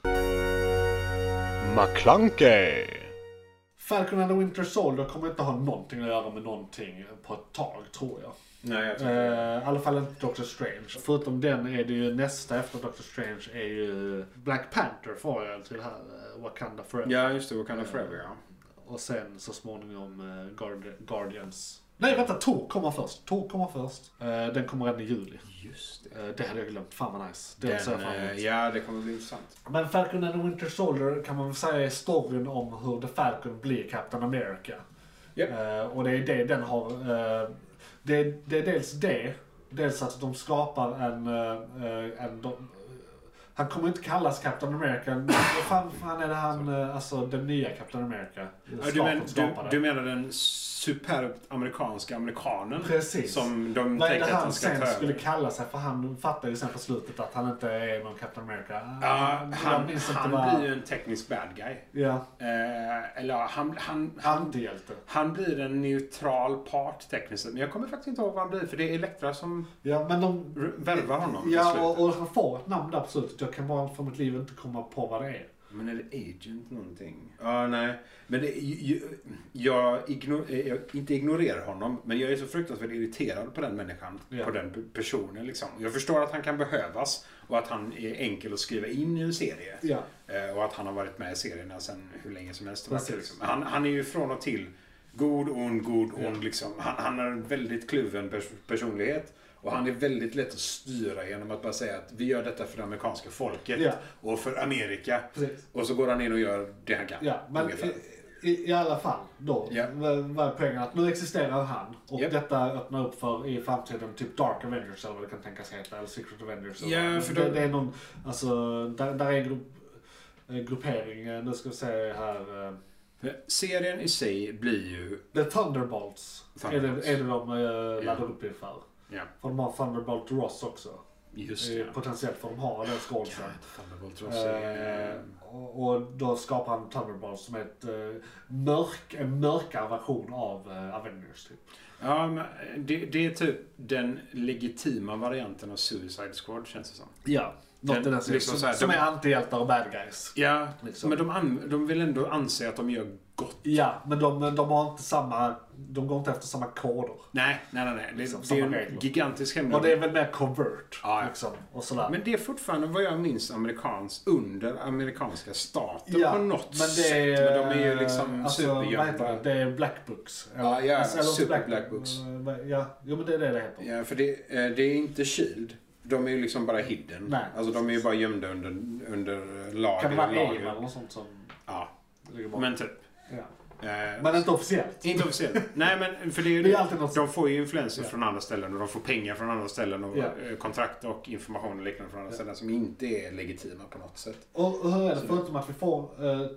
[SPEAKER 4] McClunkey.
[SPEAKER 1] Falcon and the Winter Soldier kommer inte ha någonting att göra med någonting på ett tag, tror jag.
[SPEAKER 3] Nej, jag tror inte det.
[SPEAKER 1] Eh, I alla fall inte Doctor Strange. Förutom den är det ju nästa efter Doctor Strange är ju Black Panther får jag till det här eh, Wakanda Forever.
[SPEAKER 3] Ja, just det. Wakanda Forever, ja.
[SPEAKER 1] Och sen så småningom eh, Guard- Guardians. Nej vänta, Tor kommer först. Tor kommer först. Eh, Den kommer redan i juli.
[SPEAKER 3] Just det.
[SPEAKER 1] Eh, Det hade jag glömt. Fan vad nice. Det ser jag
[SPEAKER 3] Den,
[SPEAKER 1] fram emot.
[SPEAKER 3] eh, ja, det kommer bli intressant.
[SPEAKER 1] Men Falcon and the Winter Soldier kan man väl säga är storyn om hur The Falcon blir Captain America.
[SPEAKER 3] Ja.
[SPEAKER 1] Eh, och det är det den har... eh, det, det är dels det, dels att de skapar en... eh, eh, en de, han kommer inte kallas Captain America. men Vad fan, fan är det han, eh, alltså den nya Captain America?
[SPEAKER 3] Ja, Du, men, du, du menar den superbt amerikanska amerikanen?
[SPEAKER 1] Precis.
[SPEAKER 3] Som de
[SPEAKER 1] Vad är det
[SPEAKER 3] tänker att
[SPEAKER 1] han
[SPEAKER 3] han ska ta
[SPEAKER 1] sen skulle
[SPEAKER 3] över?
[SPEAKER 1] kalla sig? För han fattar ju sen på slutet att han inte är någon Captain America.
[SPEAKER 3] Ja,
[SPEAKER 1] Jag
[SPEAKER 3] han,
[SPEAKER 1] minns inte
[SPEAKER 3] han
[SPEAKER 1] vad-
[SPEAKER 3] blir ju en teknisk bad guy.
[SPEAKER 1] Ja,
[SPEAKER 3] Eh, eller ja, han, han, han,
[SPEAKER 1] antihjälte.
[SPEAKER 3] han blir en neutral part tekniskt sett. Men jag kommer faktiskt inte ihåg vad han blir för det är Elektra som
[SPEAKER 1] Ja, men de,
[SPEAKER 3] r- värvar honom i
[SPEAKER 1] Ja,
[SPEAKER 3] slutet.
[SPEAKER 1] och, och han får ett namn där på slutet. Jag kan bara för mitt liv inte komma på vad det är.
[SPEAKER 3] Men är det Agent någonting? Ja, nej. Men det, jag, jag, igno- eh, jag inte ignorerar honom, men jag är så fruktansvärt irriterad på den människan.
[SPEAKER 1] Ja.
[SPEAKER 3] På den pe- personen liksom. Jag förstår att han kan behövas och att han är enkel att skriva in i en serie.
[SPEAKER 1] Ja.
[SPEAKER 3] Eh, Och att han har varit med i serierna sedan hur länge som helst.
[SPEAKER 1] Precis.
[SPEAKER 3] Liksom. Han, han är ju från och till god, ond, god, ond. Liksom. Han, han har en väldigt kluven pers- personlighet. Och han är väldigt lätt att styra genom att bara säga att vi gör detta för det amerikanska folket
[SPEAKER 1] Ja.
[SPEAKER 3] och för Amerika.
[SPEAKER 1] Precis.
[SPEAKER 3] Och så går han in och gör det han kan.
[SPEAKER 1] Ja, men
[SPEAKER 3] ungefär.
[SPEAKER 1] eh, I, I alla fall då,
[SPEAKER 3] Ja.
[SPEAKER 1] v- vad är poängen? Att nu existerar han och
[SPEAKER 3] Japp.
[SPEAKER 1] detta öppnar upp för i framtiden typ Dark Avengers eller vad det kan tänkas heta, eller Secret Avengers.
[SPEAKER 3] Ja,
[SPEAKER 1] eller,
[SPEAKER 3] för
[SPEAKER 1] det,
[SPEAKER 3] de-
[SPEAKER 1] det är någon, alltså, där, där är en grupp, en gruppering, eh, nu ska vi se här. eh,
[SPEAKER 3] För Serien i sig blir ju...
[SPEAKER 1] The Thunderbolts,
[SPEAKER 3] Thunderbolts.
[SPEAKER 1] Är, det, är det de eh, laddar
[SPEAKER 3] Ja.
[SPEAKER 1] upp inför.
[SPEAKER 3] Ja,
[SPEAKER 1] För de har Thunderbolt Ross också.
[SPEAKER 3] just
[SPEAKER 1] Eh,
[SPEAKER 3] det.
[SPEAKER 1] Potentiellt får de ha den skådisen.
[SPEAKER 3] Thunderbolt
[SPEAKER 1] Eh, och och då skapar han Thunderbolts som är ett, eh, mörk, en mörkare version av eh, Avengers. Typ.
[SPEAKER 3] Ja, men det, det är typ den legitima varianten av Suicide Squad känns det som.
[SPEAKER 1] Ja, något
[SPEAKER 3] Den-
[SPEAKER 1] i den serien.
[SPEAKER 3] liksom så här,
[SPEAKER 1] som, som
[SPEAKER 3] de-
[SPEAKER 1] är antihjältar och bad guys.
[SPEAKER 3] Ja,
[SPEAKER 1] Liksom.
[SPEAKER 3] men de, an, de vill ändå anse att de gör gott.
[SPEAKER 1] Ja, men de, de har inte samma, de går inte efter samma koder.
[SPEAKER 3] Nej, nej, nej. nej. Det,
[SPEAKER 1] Liksom,
[SPEAKER 3] det är
[SPEAKER 1] samma
[SPEAKER 3] en
[SPEAKER 1] regler.
[SPEAKER 3] gigantisk
[SPEAKER 1] Och
[SPEAKER 3] hemlighet.
[SPEAKER 1] det är väl mer covert.
[SPEAKER 3] Ja, ja.
[SPEAKER 1] Liksom, och sådär.
[SPEAKER 3] Men det är fortfarande vad jag minns amerikans, under amerikanska staten på något
[SPEAKER 1] men det
[SPEAKER 3] sätt.
[SPEAKER 1] är,
[SPEAKER 3] Men de är ju liksom
[SPEAKER 1] alltså, vad heter
[SPEAKER 3] supergömda.
[SPEAKER 1] det? Det är Black Books.
[SPEAKER 3] Ja, ja,
[SPEAKER 1] eller inte
[SPEAKER 3] Super Black Books.
[SPEAKER 1] eh, Ja, jo, men det är det det heter.
[SPEAKER 3] Ja, för det, eh, det är inte Shield. De är ju liksom bara hidden.
[SPEAKER 1] Nej.
[SPEAKER 3] Alltså de är ju bara gömda under, under lager.
[SPEAKER 1] Kan det vara Aim
[SPEAKER 3] lager.
[SPEAKER 1] eller något sånt som
[SPEAKER 3] Ja,
[SPEAKER 1] ligger bakom?
[SPEAKER 3] men typ.
[SPEAKER 1] Men, ja.
[SPEAKER 3] Eh,
[SPEAKER 1] men inte officiellt.
[SPEAKER 3] Inte officiellt. Nej, men för det är ju
[SPEAKER 1] Det är alltid något
[SPEAKER 3] De får ju influenser
[SPEAKER 1] Ja.
[SPEAKER 3] från andra ställen och de får pengar från andra ställen och
[SPEAKER 1] Ja.
[SPEAKER 3] eh, kontrakt och information och liknande från andra
[SPEAKER 1] Ja.
[SPEAKER 3] ställen som inte är legitima på något sätt.
[SPEAKER 1] Och och hur är det förutom att vi får eh,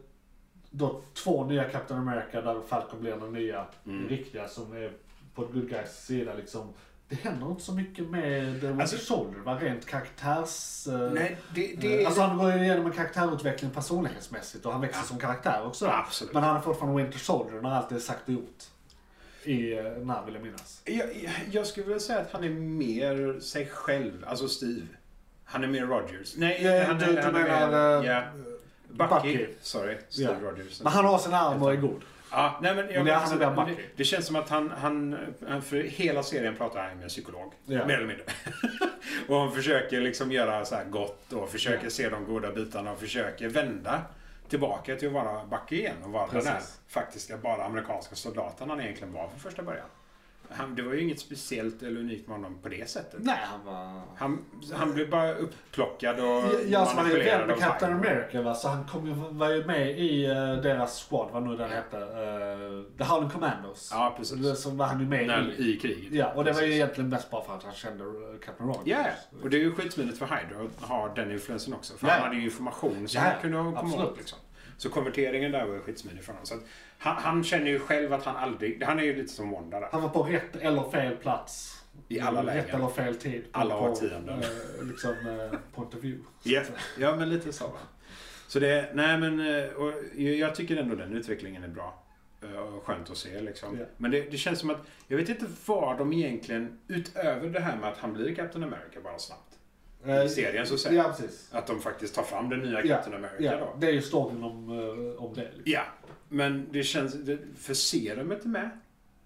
[SPEAKER 1] då två nya Captain America där Falcon blir den nya
[SPEAKER 3] Mm.
[SPEAKER 1] riktiga som är på good guys sida liksom. Det händer inte så mycket med The Winter
[SPEAKER 3] Alltså-
[SPEAKER 1] Soldier, va? rent karaktärs... eh,
[SPEAKER 3] Nej, det,
[SPEAKER 1] Eh, Alltså han går ju igenom en karaktärutveckling personlighetsmässigt och han växer som karaktär också.
[SPEAKER 3] Absolut.
[SPEAKER 1] Men han är fortfarande Winter Soldier när allt är sagt och gjort. I eh, när vill jag minnas.
[SPEAKER 3] Jag, jag skulle vilja säga att han är mer sig själv, alltså Steve. Han är mer Rogers. Nej,
[SPEAKER 1] Ja,
[SPEAKER 3] han,
[SPEAKER 1] du-
[SPEAKER 3] är-
[SPEAKER 1] du
[SPEAKER 3] han är
[SPEAKER 1] menar,
[SPEAKER 3] mer...
[SPEAKER 1] eh,
[SPEAKER 3] Ja. Bucky.
[SPEAKER 1] Bucky.
[SPEAKER 3] Sorry, Steve
[SPEAKER 1] Ja.
[SPEAKER 3] Rogers.
[SPEAKER 1] Men han har sin arm och är god.
[SPEAKER 3] Ja, nej, men
[SPEAKER 1] Men
[SPEAKER 3] jag,
[SPEAKER 1] det är
[SPEAKER 3] alltså,
[SPEAKER 1] han som är
[SPEAKER 3] det,
[SPEAKER 1] Bucky.
[SPEAKER 3] det känns som att han, han, han för hela serien pratar han med en psykolog.
[SPEAKER 1] Ja.
[SPEAKER 3] Mer eller mindre. och han försöker liksom göra så här gott och försöker se de goda bitarna och försöker vända tillbaka till att vara Bucky igen och vara den här
[SPEAKER 1] Precis.
[SPEAKER 3] faktiska bara amerikanska soldaten han egentligen var från första början. Han, det var ju inget speciellt eller unikt med honom på det sättet.
[SPEAKER 1] Nej, han var...
[SPEAKER 3] Han, han blev bara upplockad och
[SPEAKER 1] Ja, alltså han är ju vän med
[SPEAKER 3] av
[SPEAKER 1] Captain
[SPEAKER 3] Iron Man.
[SPEAKER 1] America va? så han kom ju, var ju med i eh, deras squad, vad nu den hette. eh, The Howling Commandos.
[SPEAKER 3] Ja, precis.
[SPEAKER 1] Så var han ju med
[SPEAKER 3] När,
[SPEAKER 1] i.
[SPEAKER 3] I kriget.
[SPEAKER 1] Ja, och det var ju
[SPEAKER 3] Precis.
[SPEAKER 1] egentligen mest bara för att han kände eh, Captain Rogers.
[SPEAKER 3] Ja, och det är ju skitsmidigt för Hydra att ha den influensen också. För
[SPEAKER 1] Ja.
[SPEAKER 3] han hade ju information som
[SPEAKER 1] Ja,
[SPEAKER 3] han kunde komma
[SPEAKER 1] absolut.
[SPEAKER 3] åt. Liksom. Så konverteringen där var ju skitsmidig för honom. Så att han, han känner ju själv att han aldrig... Han är ju lite som Wanda där.
[SPEAKER 1] Han var på rätt eller fel plats.
[SPEAKER 3] I alla
[SPEAKER 1] Rätt
[SPEAKER 3] lägen.
[SPEAKER 1] eller fel tid.
[SPEAKER 3] Alla
[SPEAKER 1] på,
[SPEAKER 3] årtionden.
[SPEAKER 1] eh, liksom eh, point of view.
[SPEAKER 3] Ja, ja men lite så. Va? Så det... Nej, men... eh, Och jag jag tycker ändå den utvecklingen är bra. Eh, och Skönt att se liksom.
[SPEAKER 1] Ja.
[SPEAKER 3] Men det, det känns som att... Jag vet inte vad de egentligen... Utöver det här med att han blir Captain America bara snabbt.
[SPEAKER 1] Eh,
[SPEAKER 3] I serien så säger
[SPEAKER 1] Ja, precis.
[SPEAKER 3] Att de faktiskt tar fram den nya
[SPEAKER 1] Ja,
[SPEAKER 3] Captain America då.
[SPEAKER 1] Ja, det är ju storyn om, eh, om det. Liksom.
[SPEAKER 3] Ja, men det känns... det- För serumet är med.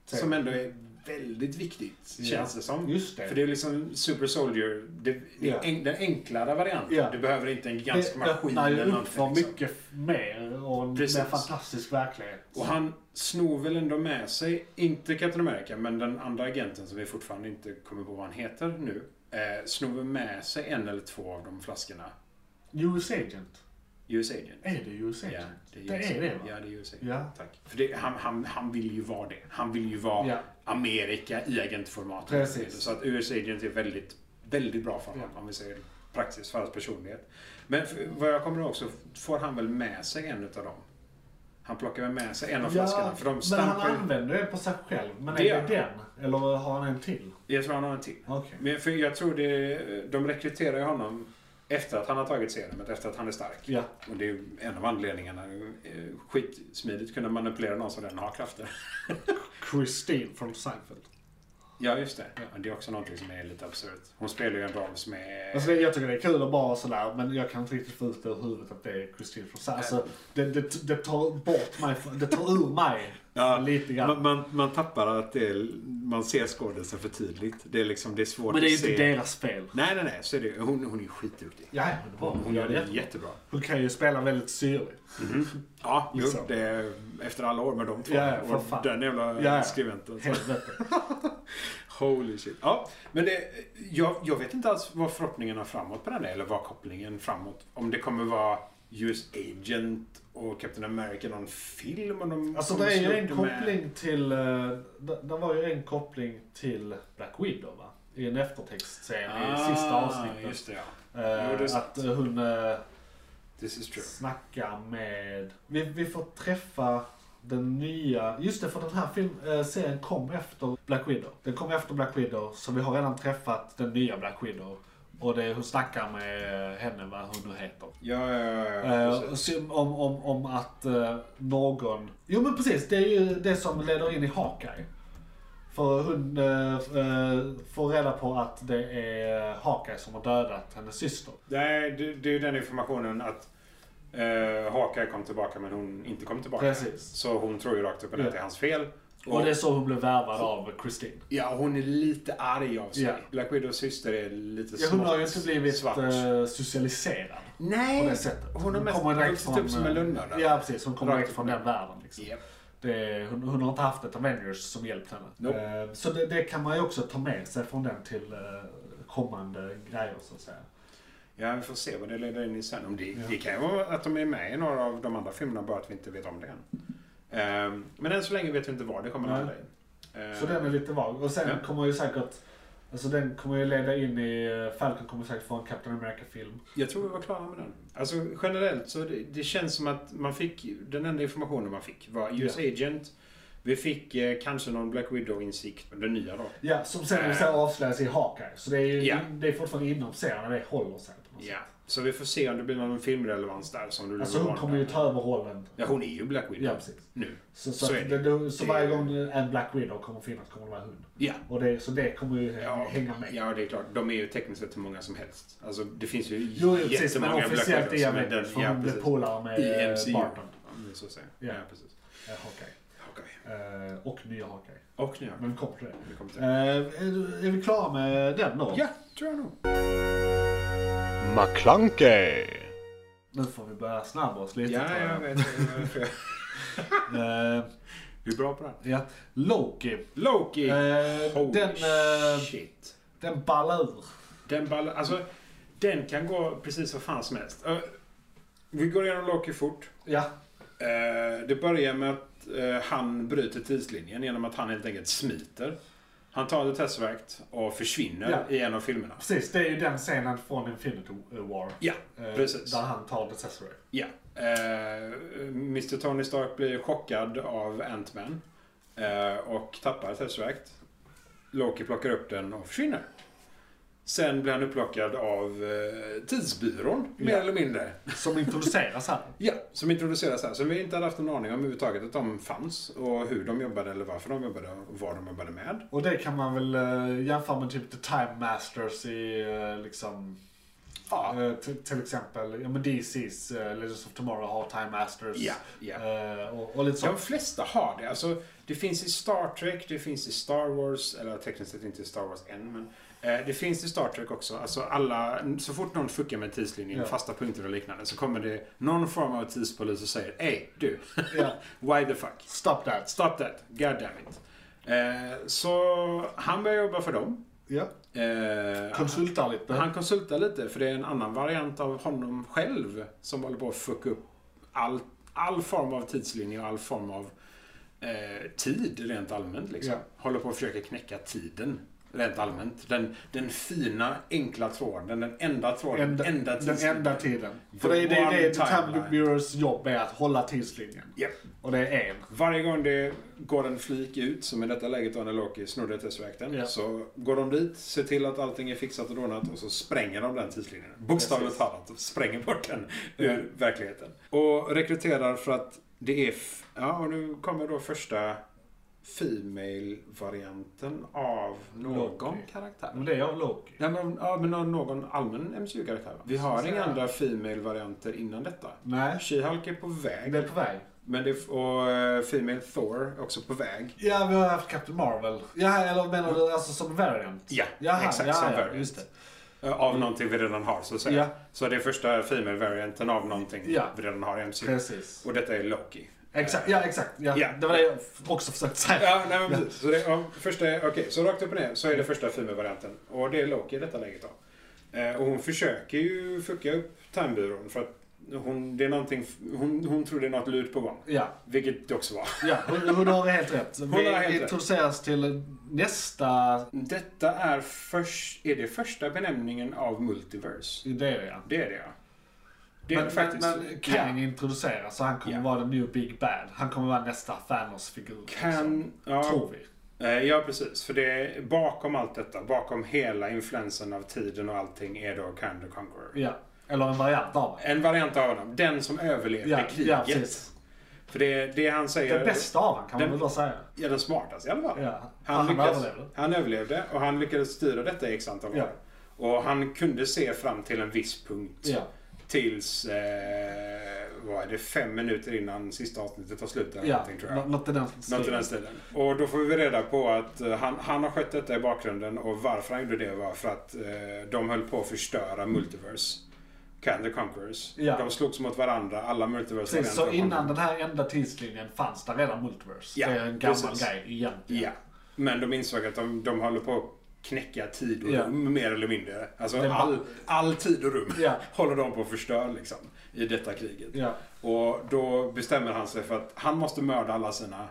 [SPEAKER 3] Som ändå är väldigt viktigt,
[SPEAKER 1] Ja.
[SPEAKER 3] känns det som.
[SPEAKER 1] Just det.
[SPEAKER 3] För det är liksom Super Soldier, det, det är
[SPEAKER 1] Ja.
[SPEAKER 3] en, den enklare varianten.
[SPEAKER 1] Ja.
[SPEAKER 3] Du behöver inte en gigantisk
[SPEAKER 1] det
[SPEAKER 3] maskin
[SPEAKER 1] öppnar ju
[SPEAKER 3] eller
[SPEAKER 1] upp
[SPEAKER 3] någonting.
[SPEAKER 1] för
[SPEAKER 3] Liksom.
[SPEAKER 1] mycket mer och en
[SPEAKER 3] Precis.
[SPEAKER 1] mer fantastisk verklighet.
[SPEAKER 3] Och han snor väl ändå med sig, inte Captain America, men den andra agenten som vi fortfarande inte kommer på vad han heter nu. Eh, snor väl med sig en eller två av de flaskorna.
[SPEAKER 1] US Agent.
[SPEAKER 3] US Agent.
[SPEAKER 1] Är det US Agent? det,
[SPEAKER 3] Ja, US
[SPEAKER 1] är det va?
[SPEAKER 3] Agent. Ja, det är US Agent.
[SPEAKER 1] Ja.
[SPEAKER 3] Tack. För det, han, han, han vill ju vara det. Han vill ju vara
[SPEAKER 1] Ja.
[SPEAKER 3] Amerika i agentformat.
[SPEAKER 1] Precis.
[SPEAKER 3] Så att US Agent är väldigt, väldigt bra för honom.
[SPEAKER 1] Ja.
[SPEAKER 3] Om vi säger praktiskt för hans personlighet. Men för, vad jag kommer ihåg så får han väl med sig en utav dem. Han plockar väl med sig en av flaskorna. För de
[SPEAKER 1] men han
[SPEAKER 3] stampar ju-
[SPEAKER 1] använder det på sig själv. Men
[SPEAKER 3] Det
[SPEAKER 1] är
[SPEAKER 3] gör
[SPEAKER 1] det den? Eller har han en till?
[SPEAKER 3] Jag tror han har en till.
[SPEAKER 1] Okej.
[SPEAKER 3] Men för jag tror det, de rekryterar ju honom efter att han har tagit serumet, efter att han är stark.
[SPEAKER 1] Ja.
[SPEAKER 3] Och det är ju en av anledningarna. Eh, Skitsmidigt kunna manipulera någon som redan har krafter.
[SPEAKER 1] Christine från Seinfeld.
[SPEAKER 3] Ja, just det. Ja. Det är också någonting som är lite absurt. Hon spelar ju en roll som är...
[SPEAKER 1] Alltså det, jag tycker det är kul och bra och sådär men jag kan inte riktigt få ut det ur huvudet att det är Christine från Seinfeld. Alltså, det, det, det tar bort mig, från- det tar ur mig
[SPEAKER 3] Ja,
[SPEAKER 1] lite grann.
[SPEAKER 3] man, man, man tappar att det är, man ser skådisen för tydligt. Det är liksom, det är svårt
[SPEAKER 1] Men det är ju
[SPEAKER 3] att se.
[SPEAKER 1] inte deras fel.
[SPEAKER 3] Nej, nej, nej. Så är det, hon, hon är ju skitduktig.
[SPEAKER 1] Ja, det var
[SPEAKER 3] Hon
[SPEAKER 1] hon.
[SPEAKER 3] gör
[SPEAKER 1] Gör
[SPEAKER 3] det
[SPEAKER 1] det.
[SPEAKER 3] jättebra.
[SPEAKER 1] Hon kan ju spela väldigt syrligt.
[SPEAKER 3] Ja, jo,
[SPEAKER 1] Liksom.
[SPEAKER 3] det är efter alla år med de två.
[SPEAKER 1] Ja, ja, för
[SPEAKER 3] och
[SPEAKER 1] fan.
[SPEAKER 3] den jävla
[SPEAKER 1] Ja, ja.
[SPEAKER 3] skribenten.
[SPEAKER 1] Helvete.
[SPEAKER 3] Holy shit. Ja, men det, jag, jag vet inte alls vad förhoppningarna framåt på den är, eller vad kopplingen framåt. Om det kommer vara US Agent och Captain America någon film? Och de
[SPEAKER 1] Alltså
[SPEAKER 3] de
[SPEAKER 1] det är ju en
[SPEAKER 3] slog med-
[SPEAKER 1] koppling till... eh, Det, det var ju en koppling till Black Widow va? I en eftertextserie i sista avsnittet.
[SPEAKER 3] Ah, Just det, ja.
[SPEAKER 1] Eh,
[SPEAKER 3] Jo, det är sant.
[SPEAKER 1] att eh, hon eh,
[SPEAKER 3] This is true.
[SPEAKER 1] snackar med... Vi, vi får träffa den nya... Just det, för den här film, eh, serien kom efter Black Widow. Den kom efter Black Widow, så vi har redan träffat den nya Black Widow. Och det är, hon snackar med eh, henne, vad hon nu heter.
[SPEAKER 3] Ja, ja, ja. ja,
[SPEAKER 1] Eh,
[SPEAKER 3] precis.
[SPEAKER 1] sym- om, om, om att eh, någon... Jo men precis, det är ju det som leder in i Hawkeye. För hon eh, eh, får reda på att det är Hawkeye som har dödat hennes syster.
[SPEAKER 3] Nej, det, det är ju den informationen att eh, Hawkeye kom tillbaka men hon inte kom tillbaka.
[SPEAKER 1] Precis.
[SPEAKER 3] Så hon tror ju rakt upp och ner
[SPEAKER 1] Ja.
[SPEAKER 3] att det är hans fel. Och,
[SPEAKER 1] Och det är så hon blev värvad av Christine.
[SPEAKER 3] Ja, hon är lite arg av sig.
[SPEAKER 1] Ja.
[SPEAKER 3] Black Widows syster är lite
[SPEAKER 1] Ja, hon har ju inte
[SPEAKER 3] smått
[SPEAKER 1] blivit
[SPEAKER 3] svart.
[SPEAKER 1] eh, socialiserad på
[SPEAKER 3] Nej!
[SPEAKER 1] det sättet.
[SPEAKER 3] Hon har mest
[SPEAKER 1] kommer direkt
[SPEAKER 3] vuxit
[SPEAKER 1] från, eh,
[SPEAKER 3] upp som en lönnmördare.
[SPEAKER 1] Ja precis, hon kommer
[SPEAKER 3] Rakt
[SPEAKER 1] direkt
[SPEAKER 3] upp
[SPEAKER 1] från
[SPEAKER 3] och
[SPEAKER 1] den världen. Liksom.
[SPEAKER 3] Japp.
[SPEAKER 1] Det, hon, hon har inte haft ett Avengers som hjälpt henne.
[SPEAKER 3] Nope.
[SPEAKER 1] Eh, Så det, det kan man ju också ta med sig från den till eh, kommande grejer så att säga.
[SPEAKER 3] Ja, vi får se vad det leder in i sen. Om det,
[SPEAKER 1] Ja.
[SPEAKER 3] det kan ju vara att de är med i några av de andra filmerna, bara att vi inte vet om det än. Ehm, men än så länge vet vi inte var det kommer
[SPEAKER 1] Nej.
[SPEAKER 3] landa in. Ehm,
[SPEAKER 1] Så den är lite vag. Och sen
[SPEAKER 3] Ja.
[SPEAKER 1] kommer ju säkert, alltså den kommer ju leda in i, eh, Falcon kommer säkert få en Captain America-film.
[SPEAKER 3] Jag tror vi var klara med den. Alltså generellt så det, det känns som att man fick, den enda informationen man fick var US Agent. Vi fick eh, kanske någon Black Widow-insikt, den nya då.
[SPEAKER 1] Ja, som sen
[SPEAKER 3] Eh.
[SPEAKER 1] äh. avslöjas i Hawkeye. Så det är ju
[SPEAKER 3] Ja.
[SPEAKER 1] det är fortfarande inom serien, det håller sig på något
[SPEAKER 3] Ja. Så vi får se om det blir någon filmrelevans där som du
[SPEAKER 1] sätt. Alltså hon kommer ju ta över rollen.
[SPEAKER 3] Ja, hon är ju Black Widow.
[SPEAKER 1] Ja, precis.
[SPEAKER 3] Nu.
[SPEAKER 1] Så, så,
[SPEAKER 3] Så
[SPEAKER 1] att
[SPEAKER 3] är
[SPEAKER 1] det,
[SPEAKER 3] det.
[SPEAKER 1] det, så
[SPEAKER 3] Det-
[SPEAKER 1] varje gång en Black Widow kommer finnas kommer det vara hund.
[SPEAKER 3] Ja.
[SPEAKER 1] Och det, så det kommer ju
[SPEAKER 3] Ja,
[SPEAKER 1] hänga Äh, med.
[SPEAKER 3] ja, det är klart. De är ju tekniskt sett hur många som helst. Alltså, det finns ju
[SPEAKER 1] Jo, jo precis. Men officiellt är jag
[SPEAKER 3] men
[SPEAKER 1] med.
[SPEAKER 3] den-
[SPEAKER 1] För
[SPEAKER 3] ja,
[SPEAKER 1] hon blev
[SPEAKER 3] precis.
[SPEAKER 1] polare med
[SPEAKER 3] I
[SPEAKER 1] eh,
[SPEAKER 3] MCU.
[SPEAKER 1] Barton.
[SPEAKER 3] Ja, men så säger
[SPEAKER 1] Ja.
[SPEAKER 3] jag. Ja, precis.
[SPEAKER 1] Eh, Hawkeye.
[SPEAKER 3] Okej.
[SPEAKER 1] Eh, och nya Hawkeye.
[SPEAKER 3] Och nu har
[SPEAKER 1] Men vi kommer till det.
[SPEAKER 3] vi kommit till...
[SPEAKER 1] Eh, är, du- är vi klara med den då?
[SPEAKER 3] Ja, tror jag nog.
[SPEAKER 4] McClunkey.
[SPEAKER 1] Nu får vi börja snabba oss lite.
[SPEAKER 3] Ja,
[SPEAKER 1] tror jag.
[SPEAKER 3] jag vet. jag vet.
[SPEAKER 1] Eh,
[SPEAKER 3] Du är bra på det. här.
[SPEAKER 1] ja. Loki.
[SPEAKER 3] Loki!
[SPEAKER 1] Eh,
[SPEAKER 3] Holy
[SPEAKER 1] den, eh,
[SPEAKER 3] shit.
[SPEAKER 1] den ballar ur.
[SPEAKER 3] Den ball, alltså, den kan gå precis vad fan som helst. Eh, vi går igenom Loki fort.
[SPEAKER 1] Ja,
[SPEAKER 3] Eh, det börjar med att eh, han bryter tidslinjen genom att han helt enkelt smiter. Han tar det tesseract och försvinner
[SPEAKER 1] Ja.
[SPEAKER 3] i en av filmerna.
[SPEAKER 1] precis. Det är ju den scenen från Infinity War.
[SPEAKER 3] Ja,
[SPEAKER 1] Eh,
[SPEAKER 3] Precis.
[SPEAKER 1] Där han tar The Cesare.
[SPEAKER 3] ja. Eh, Mr Tony Stark blir chockad av Ant-Man eh, och tappar tesseract. Loki plockar upp den och försvinner. Sen blir han upplockad av eh, Tidsbyrån, mer
[SPEAKER 1] Ja.
[SPEAKER 3] eller mindre.
[SPEAKER 1] Som introduceras här.
[SPEAKER 3] Ja, som introduceras här. Som vi inte hade haft någon aning om överhuvudtaget att de fanns och hur de jobbade eller varför de jobbade och vad de jobbade med.
[SPEAKER 1] Och det kan man väl eh, jämföra med typ The Time Masters i eh, liksom
[SPEAKER 3] Ja,
[SPEAKER 1] eh, t- till exempel ja, men DC's eh, Legends of Tomorrow har Time Masters.
[SPEAKER 3] ja, ja.
[SPEAKER 1] Eh, och, och lite
[SPEAKER 3] De
[SPEAKER 1] sånt.
[SPEAKER 3] flesta har det. Alltså, det finns i Star Trek, det finns i Star Wars, eller tekniskt sett inte i Star Wars än, men eh, det finns i Star Trek också. Alltså alla, så fort någon fuckar med tidslinjen,
[SPEAKER 1] Ja.
[SPEAKER 3] fasta punkter och liknande, så kommer det någon form av tidspolis och säger Ey, du,
[SPEAKER 1] Ja.
[SPEAKER 3] why the fuck?
[SPEAKER 1] Stop that.
[SPEAKER 3] Stop that, god damn it. Eh, så han börjar jobba för dem.
[SPEAKER 1] Ja.
[SPEAKER 3] Eh,
[SPEAKER 1] Konsultar lite.
[SPEAKER 3] Men Han konsultar lite för det är en annan variant av honom själv som håller på att fucka upp all, all form av tidslinje och all form av eh, tid rent allmänt. Liksom.
[SPEAKER 1] Ja.
[SPEAKER 3] Håller på att försöka knäcka tiden rent allmänt. Den, den fina enkla tråden, den enda tråden,
[SPEAKER 1] Enda,
[SPEAKER 3] enda
[SPEAKER 1] den
[SPEAKER 3] tidslinjen.
[SPEAKER 1] enda tiden.
[SPEAKER 3] The
[SPEAKER 1] För det är det, är det The
[SPEAKER 3] one
[SPEAKER 1] Time
[SPEAKER 3] timeline.
[SPEAKER 1] Bureaus jobb är att hålla tidslinjen.
[SPEAKER 3] Japp.
[SPEAKER 1] Och det är en.
[SPEAKER 3] Varje gång det går en flik ut, som i detta läget då när Loki snodde Tesseracten,
[SPEAKER 1] Ja.
[SPEAKER 3] så går de dit, ser till att allting är fixat och donat och så spränger de den tidslinjen. Bokstavligt
[SPEAKER 1] Precis.
[SPEAKER 3] talat, de spränger bort den ur verkligheten. Och rekryterar för att det är... F- ja, och nu kommer då första Female-varianten av någon
[SPEAKER 1] Loki.
[SPEAKER 3] karaktär.
[SPEAKER 1] Men det är av Loki.
[SPEAKER 3] Ja men, ja, men någon- någon allmän MCU-karaktär va? Vi har
[SPEAKER 1] Så-
[SPEAKER 3] inga andra Female-varianter innan detta.
[SPEAKER 1] Nej.
[SPEAKER 3] She-Hulk är på väg.
[SPEAKER 1] Det är på väg.
[SPEAKER 3] Men det, och eh, Female Thor är också på väg.
[SPEAKER 1] Ja, vi har haft Captain Marvel. Ja, eller menar du alltså som variant?
[SPEAKER 3] Ja,
[SPEAKER 1] Jaha,
[SPEAKER 3] exakt
[SPEAKER 1] ja,
[SPEAKER 3] som
[SPEAKER 1] ja,
[SPEAKER 3] variant.
[SPEAKER 1] just det.
[SPEAKER 3] Eh, Av någonting vi redan har så att säga.
[SPEAKER 1] Ja.
[SPEAKER 3] Så det är första Female varianten av någonting
[SPEAKER 1] Ja.
[SPEAKER 3] vi redan har i MCU.
[SPEAKER 1] Precis.
[SPEAKER 3] Och detta är Loki.
[SPEAKER 1] Exakt, ja exakt. Ja.
[SPEAKER 3] Ja.
[SPEAKER 1] Det var det jag f- också försökte säga.
[SPEAKER 3] Ja, nej, men precis. Så, det, ja, första, okej, så rakt upp och ner så är det första Female-varianten. Och det är Loki i detta läget då. Eh, Och hon försöker ju fucka upp Timebyrån för att Hon, det är någonting, hon, hon tror det är något lurt på gång.
[SPEAKER 1] Ja,
[SPEAKER 3] Vilket det också var.
[SPEAKER 1] ja hon, hon har helt rätt.
[SPEAKER 3] Hon har helt
[SPEAKER 1] Vi
[SPEAKER 3] rätt.
[SPEAKER 1] introduceras till nästa...
[SPEAKER 3] Detta är, först, är det första benämningen av multiverse.
[SPEAKER 1] Det är det ja.
[SPEAKER 3] Det är det ja. Det är
[SPEAKER 1] men,
[SPEAKER 3] faktiskt...
[SPEAKER 1] men, men Kang introduceras så han kommer
[SPEAKER 3] Ja.
[SPEAKER 1] vara the new big bad. Han kommer vara nästa Thanos-figur. liksom.
[SPEAKER 3] Kan, ja,
[SPEAKER 1] Tror vi.
[SPEAKER 3] eh, ja, precis. För det är bakom allt detta, bakom hela influensen av tiden och allting, är då Kang the Conqueror.
[SPEAKER 1] Ja. Eller en variant av det.
[SPEAKER 3] En variant av honom. Den som överlevde
[SPEAKER 1] Ja,
[SPEAKER 3] kriget.
[SPEAKER 1] ja, precis.
[SPEAKER 3] För det, det han säger...
[SPEAKER 1] Den bästa av honom kan
[SPEAKER 3] Den-
[SPEAKER 1] man väl då säga.
[SPEAKER 3] Ja, den smartaste i alla fall.
[SPEAKER 1] Ja.
[SPEAKER 3] Han,
[SPEAKER 1] Han
[SPEAKER 3] lyckades,
[SPEAKER 1] överlevde.
[SPEAKER 3] Han överlevde och han lyckades styra detta i x antal år.
[SPEAKER 1] Ja.
[SPEAKER 3] Och han kunde se fram till en viss punkt.
[SPEAKER 1] Ja.
[SPEAKER 3] Tills, eh, vad är det, fem minuter innan sista avsnittet tar slut eller
[SPEAKER 1] Ja,
[SPEAKER 3] någonting tror
[SPEAKER 1] nå-
[SPEAKER 3] jag.
[SPEAKER 1] något i den
[SPEAKER 3] Något i
[SPEAKER 1] stilen.
[SPEAKER 3] den stilen. Och då får vi reda på att eh, han, han har skött detta i bakgrunden och varför han gjorde det var för att eh, de höll på att förstöra Multiverse. Can the Conquerors.
[SPEAKER 1] Ja.
[SPEAKER 3] De slogs mot varandra, alla Multiverse
[SPEAKER 1] Precis, så innan den här enda tidslinjen fanns det redan multiverse.
[SPEAKER 3] Ja,
[SPEAKER 1] det är en gammal
[SPEAKER 3] precis.
[SPEAKER 1] grej egentligen.
[SPEAKER 3] Ja, men de insåg att de, de håller på att knäcka tid och
[SPEAKER 1] Ja.
[SPEAKER 3] rum mer eller mindre. Alltså
[SPEAKER 1] Det var-
[SPEAKER 3] all, all tid och rum
[SPEAKER 1] Ja.
[SPEAKER 3] håller de på att förstöra liksom, i detta kriget.
[SPEAKER 1] Ja.
[SPEAKER 3] Och då bestämmer han sig för att han måste mörda alla sina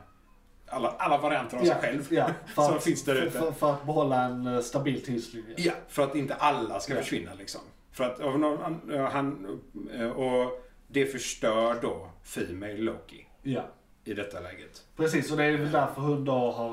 [SPEAKER 3] alla, alla varianter av sig själv
[SPEAKER 1] ja, för
[SPEAKER 3] som
[SPEAKER 1] att-
[SPEAKER 3] finns där ute.
[SPEAKER 1] För, för, för att behålla en eh, stabil tidslinje.
[SPEAKER 3] Ja, för att inte alla ska
[SPEAKER 1] Ja.
[SPEAKER 3] försvinna liksom. För att av någon, an- eh, han, och det förstör då Female Loki
[SPEAKER 1] Ja.
[SPEAKER 3] i detta läget.
[SPEAKER 1] Precis, och det är väl därför hon då har,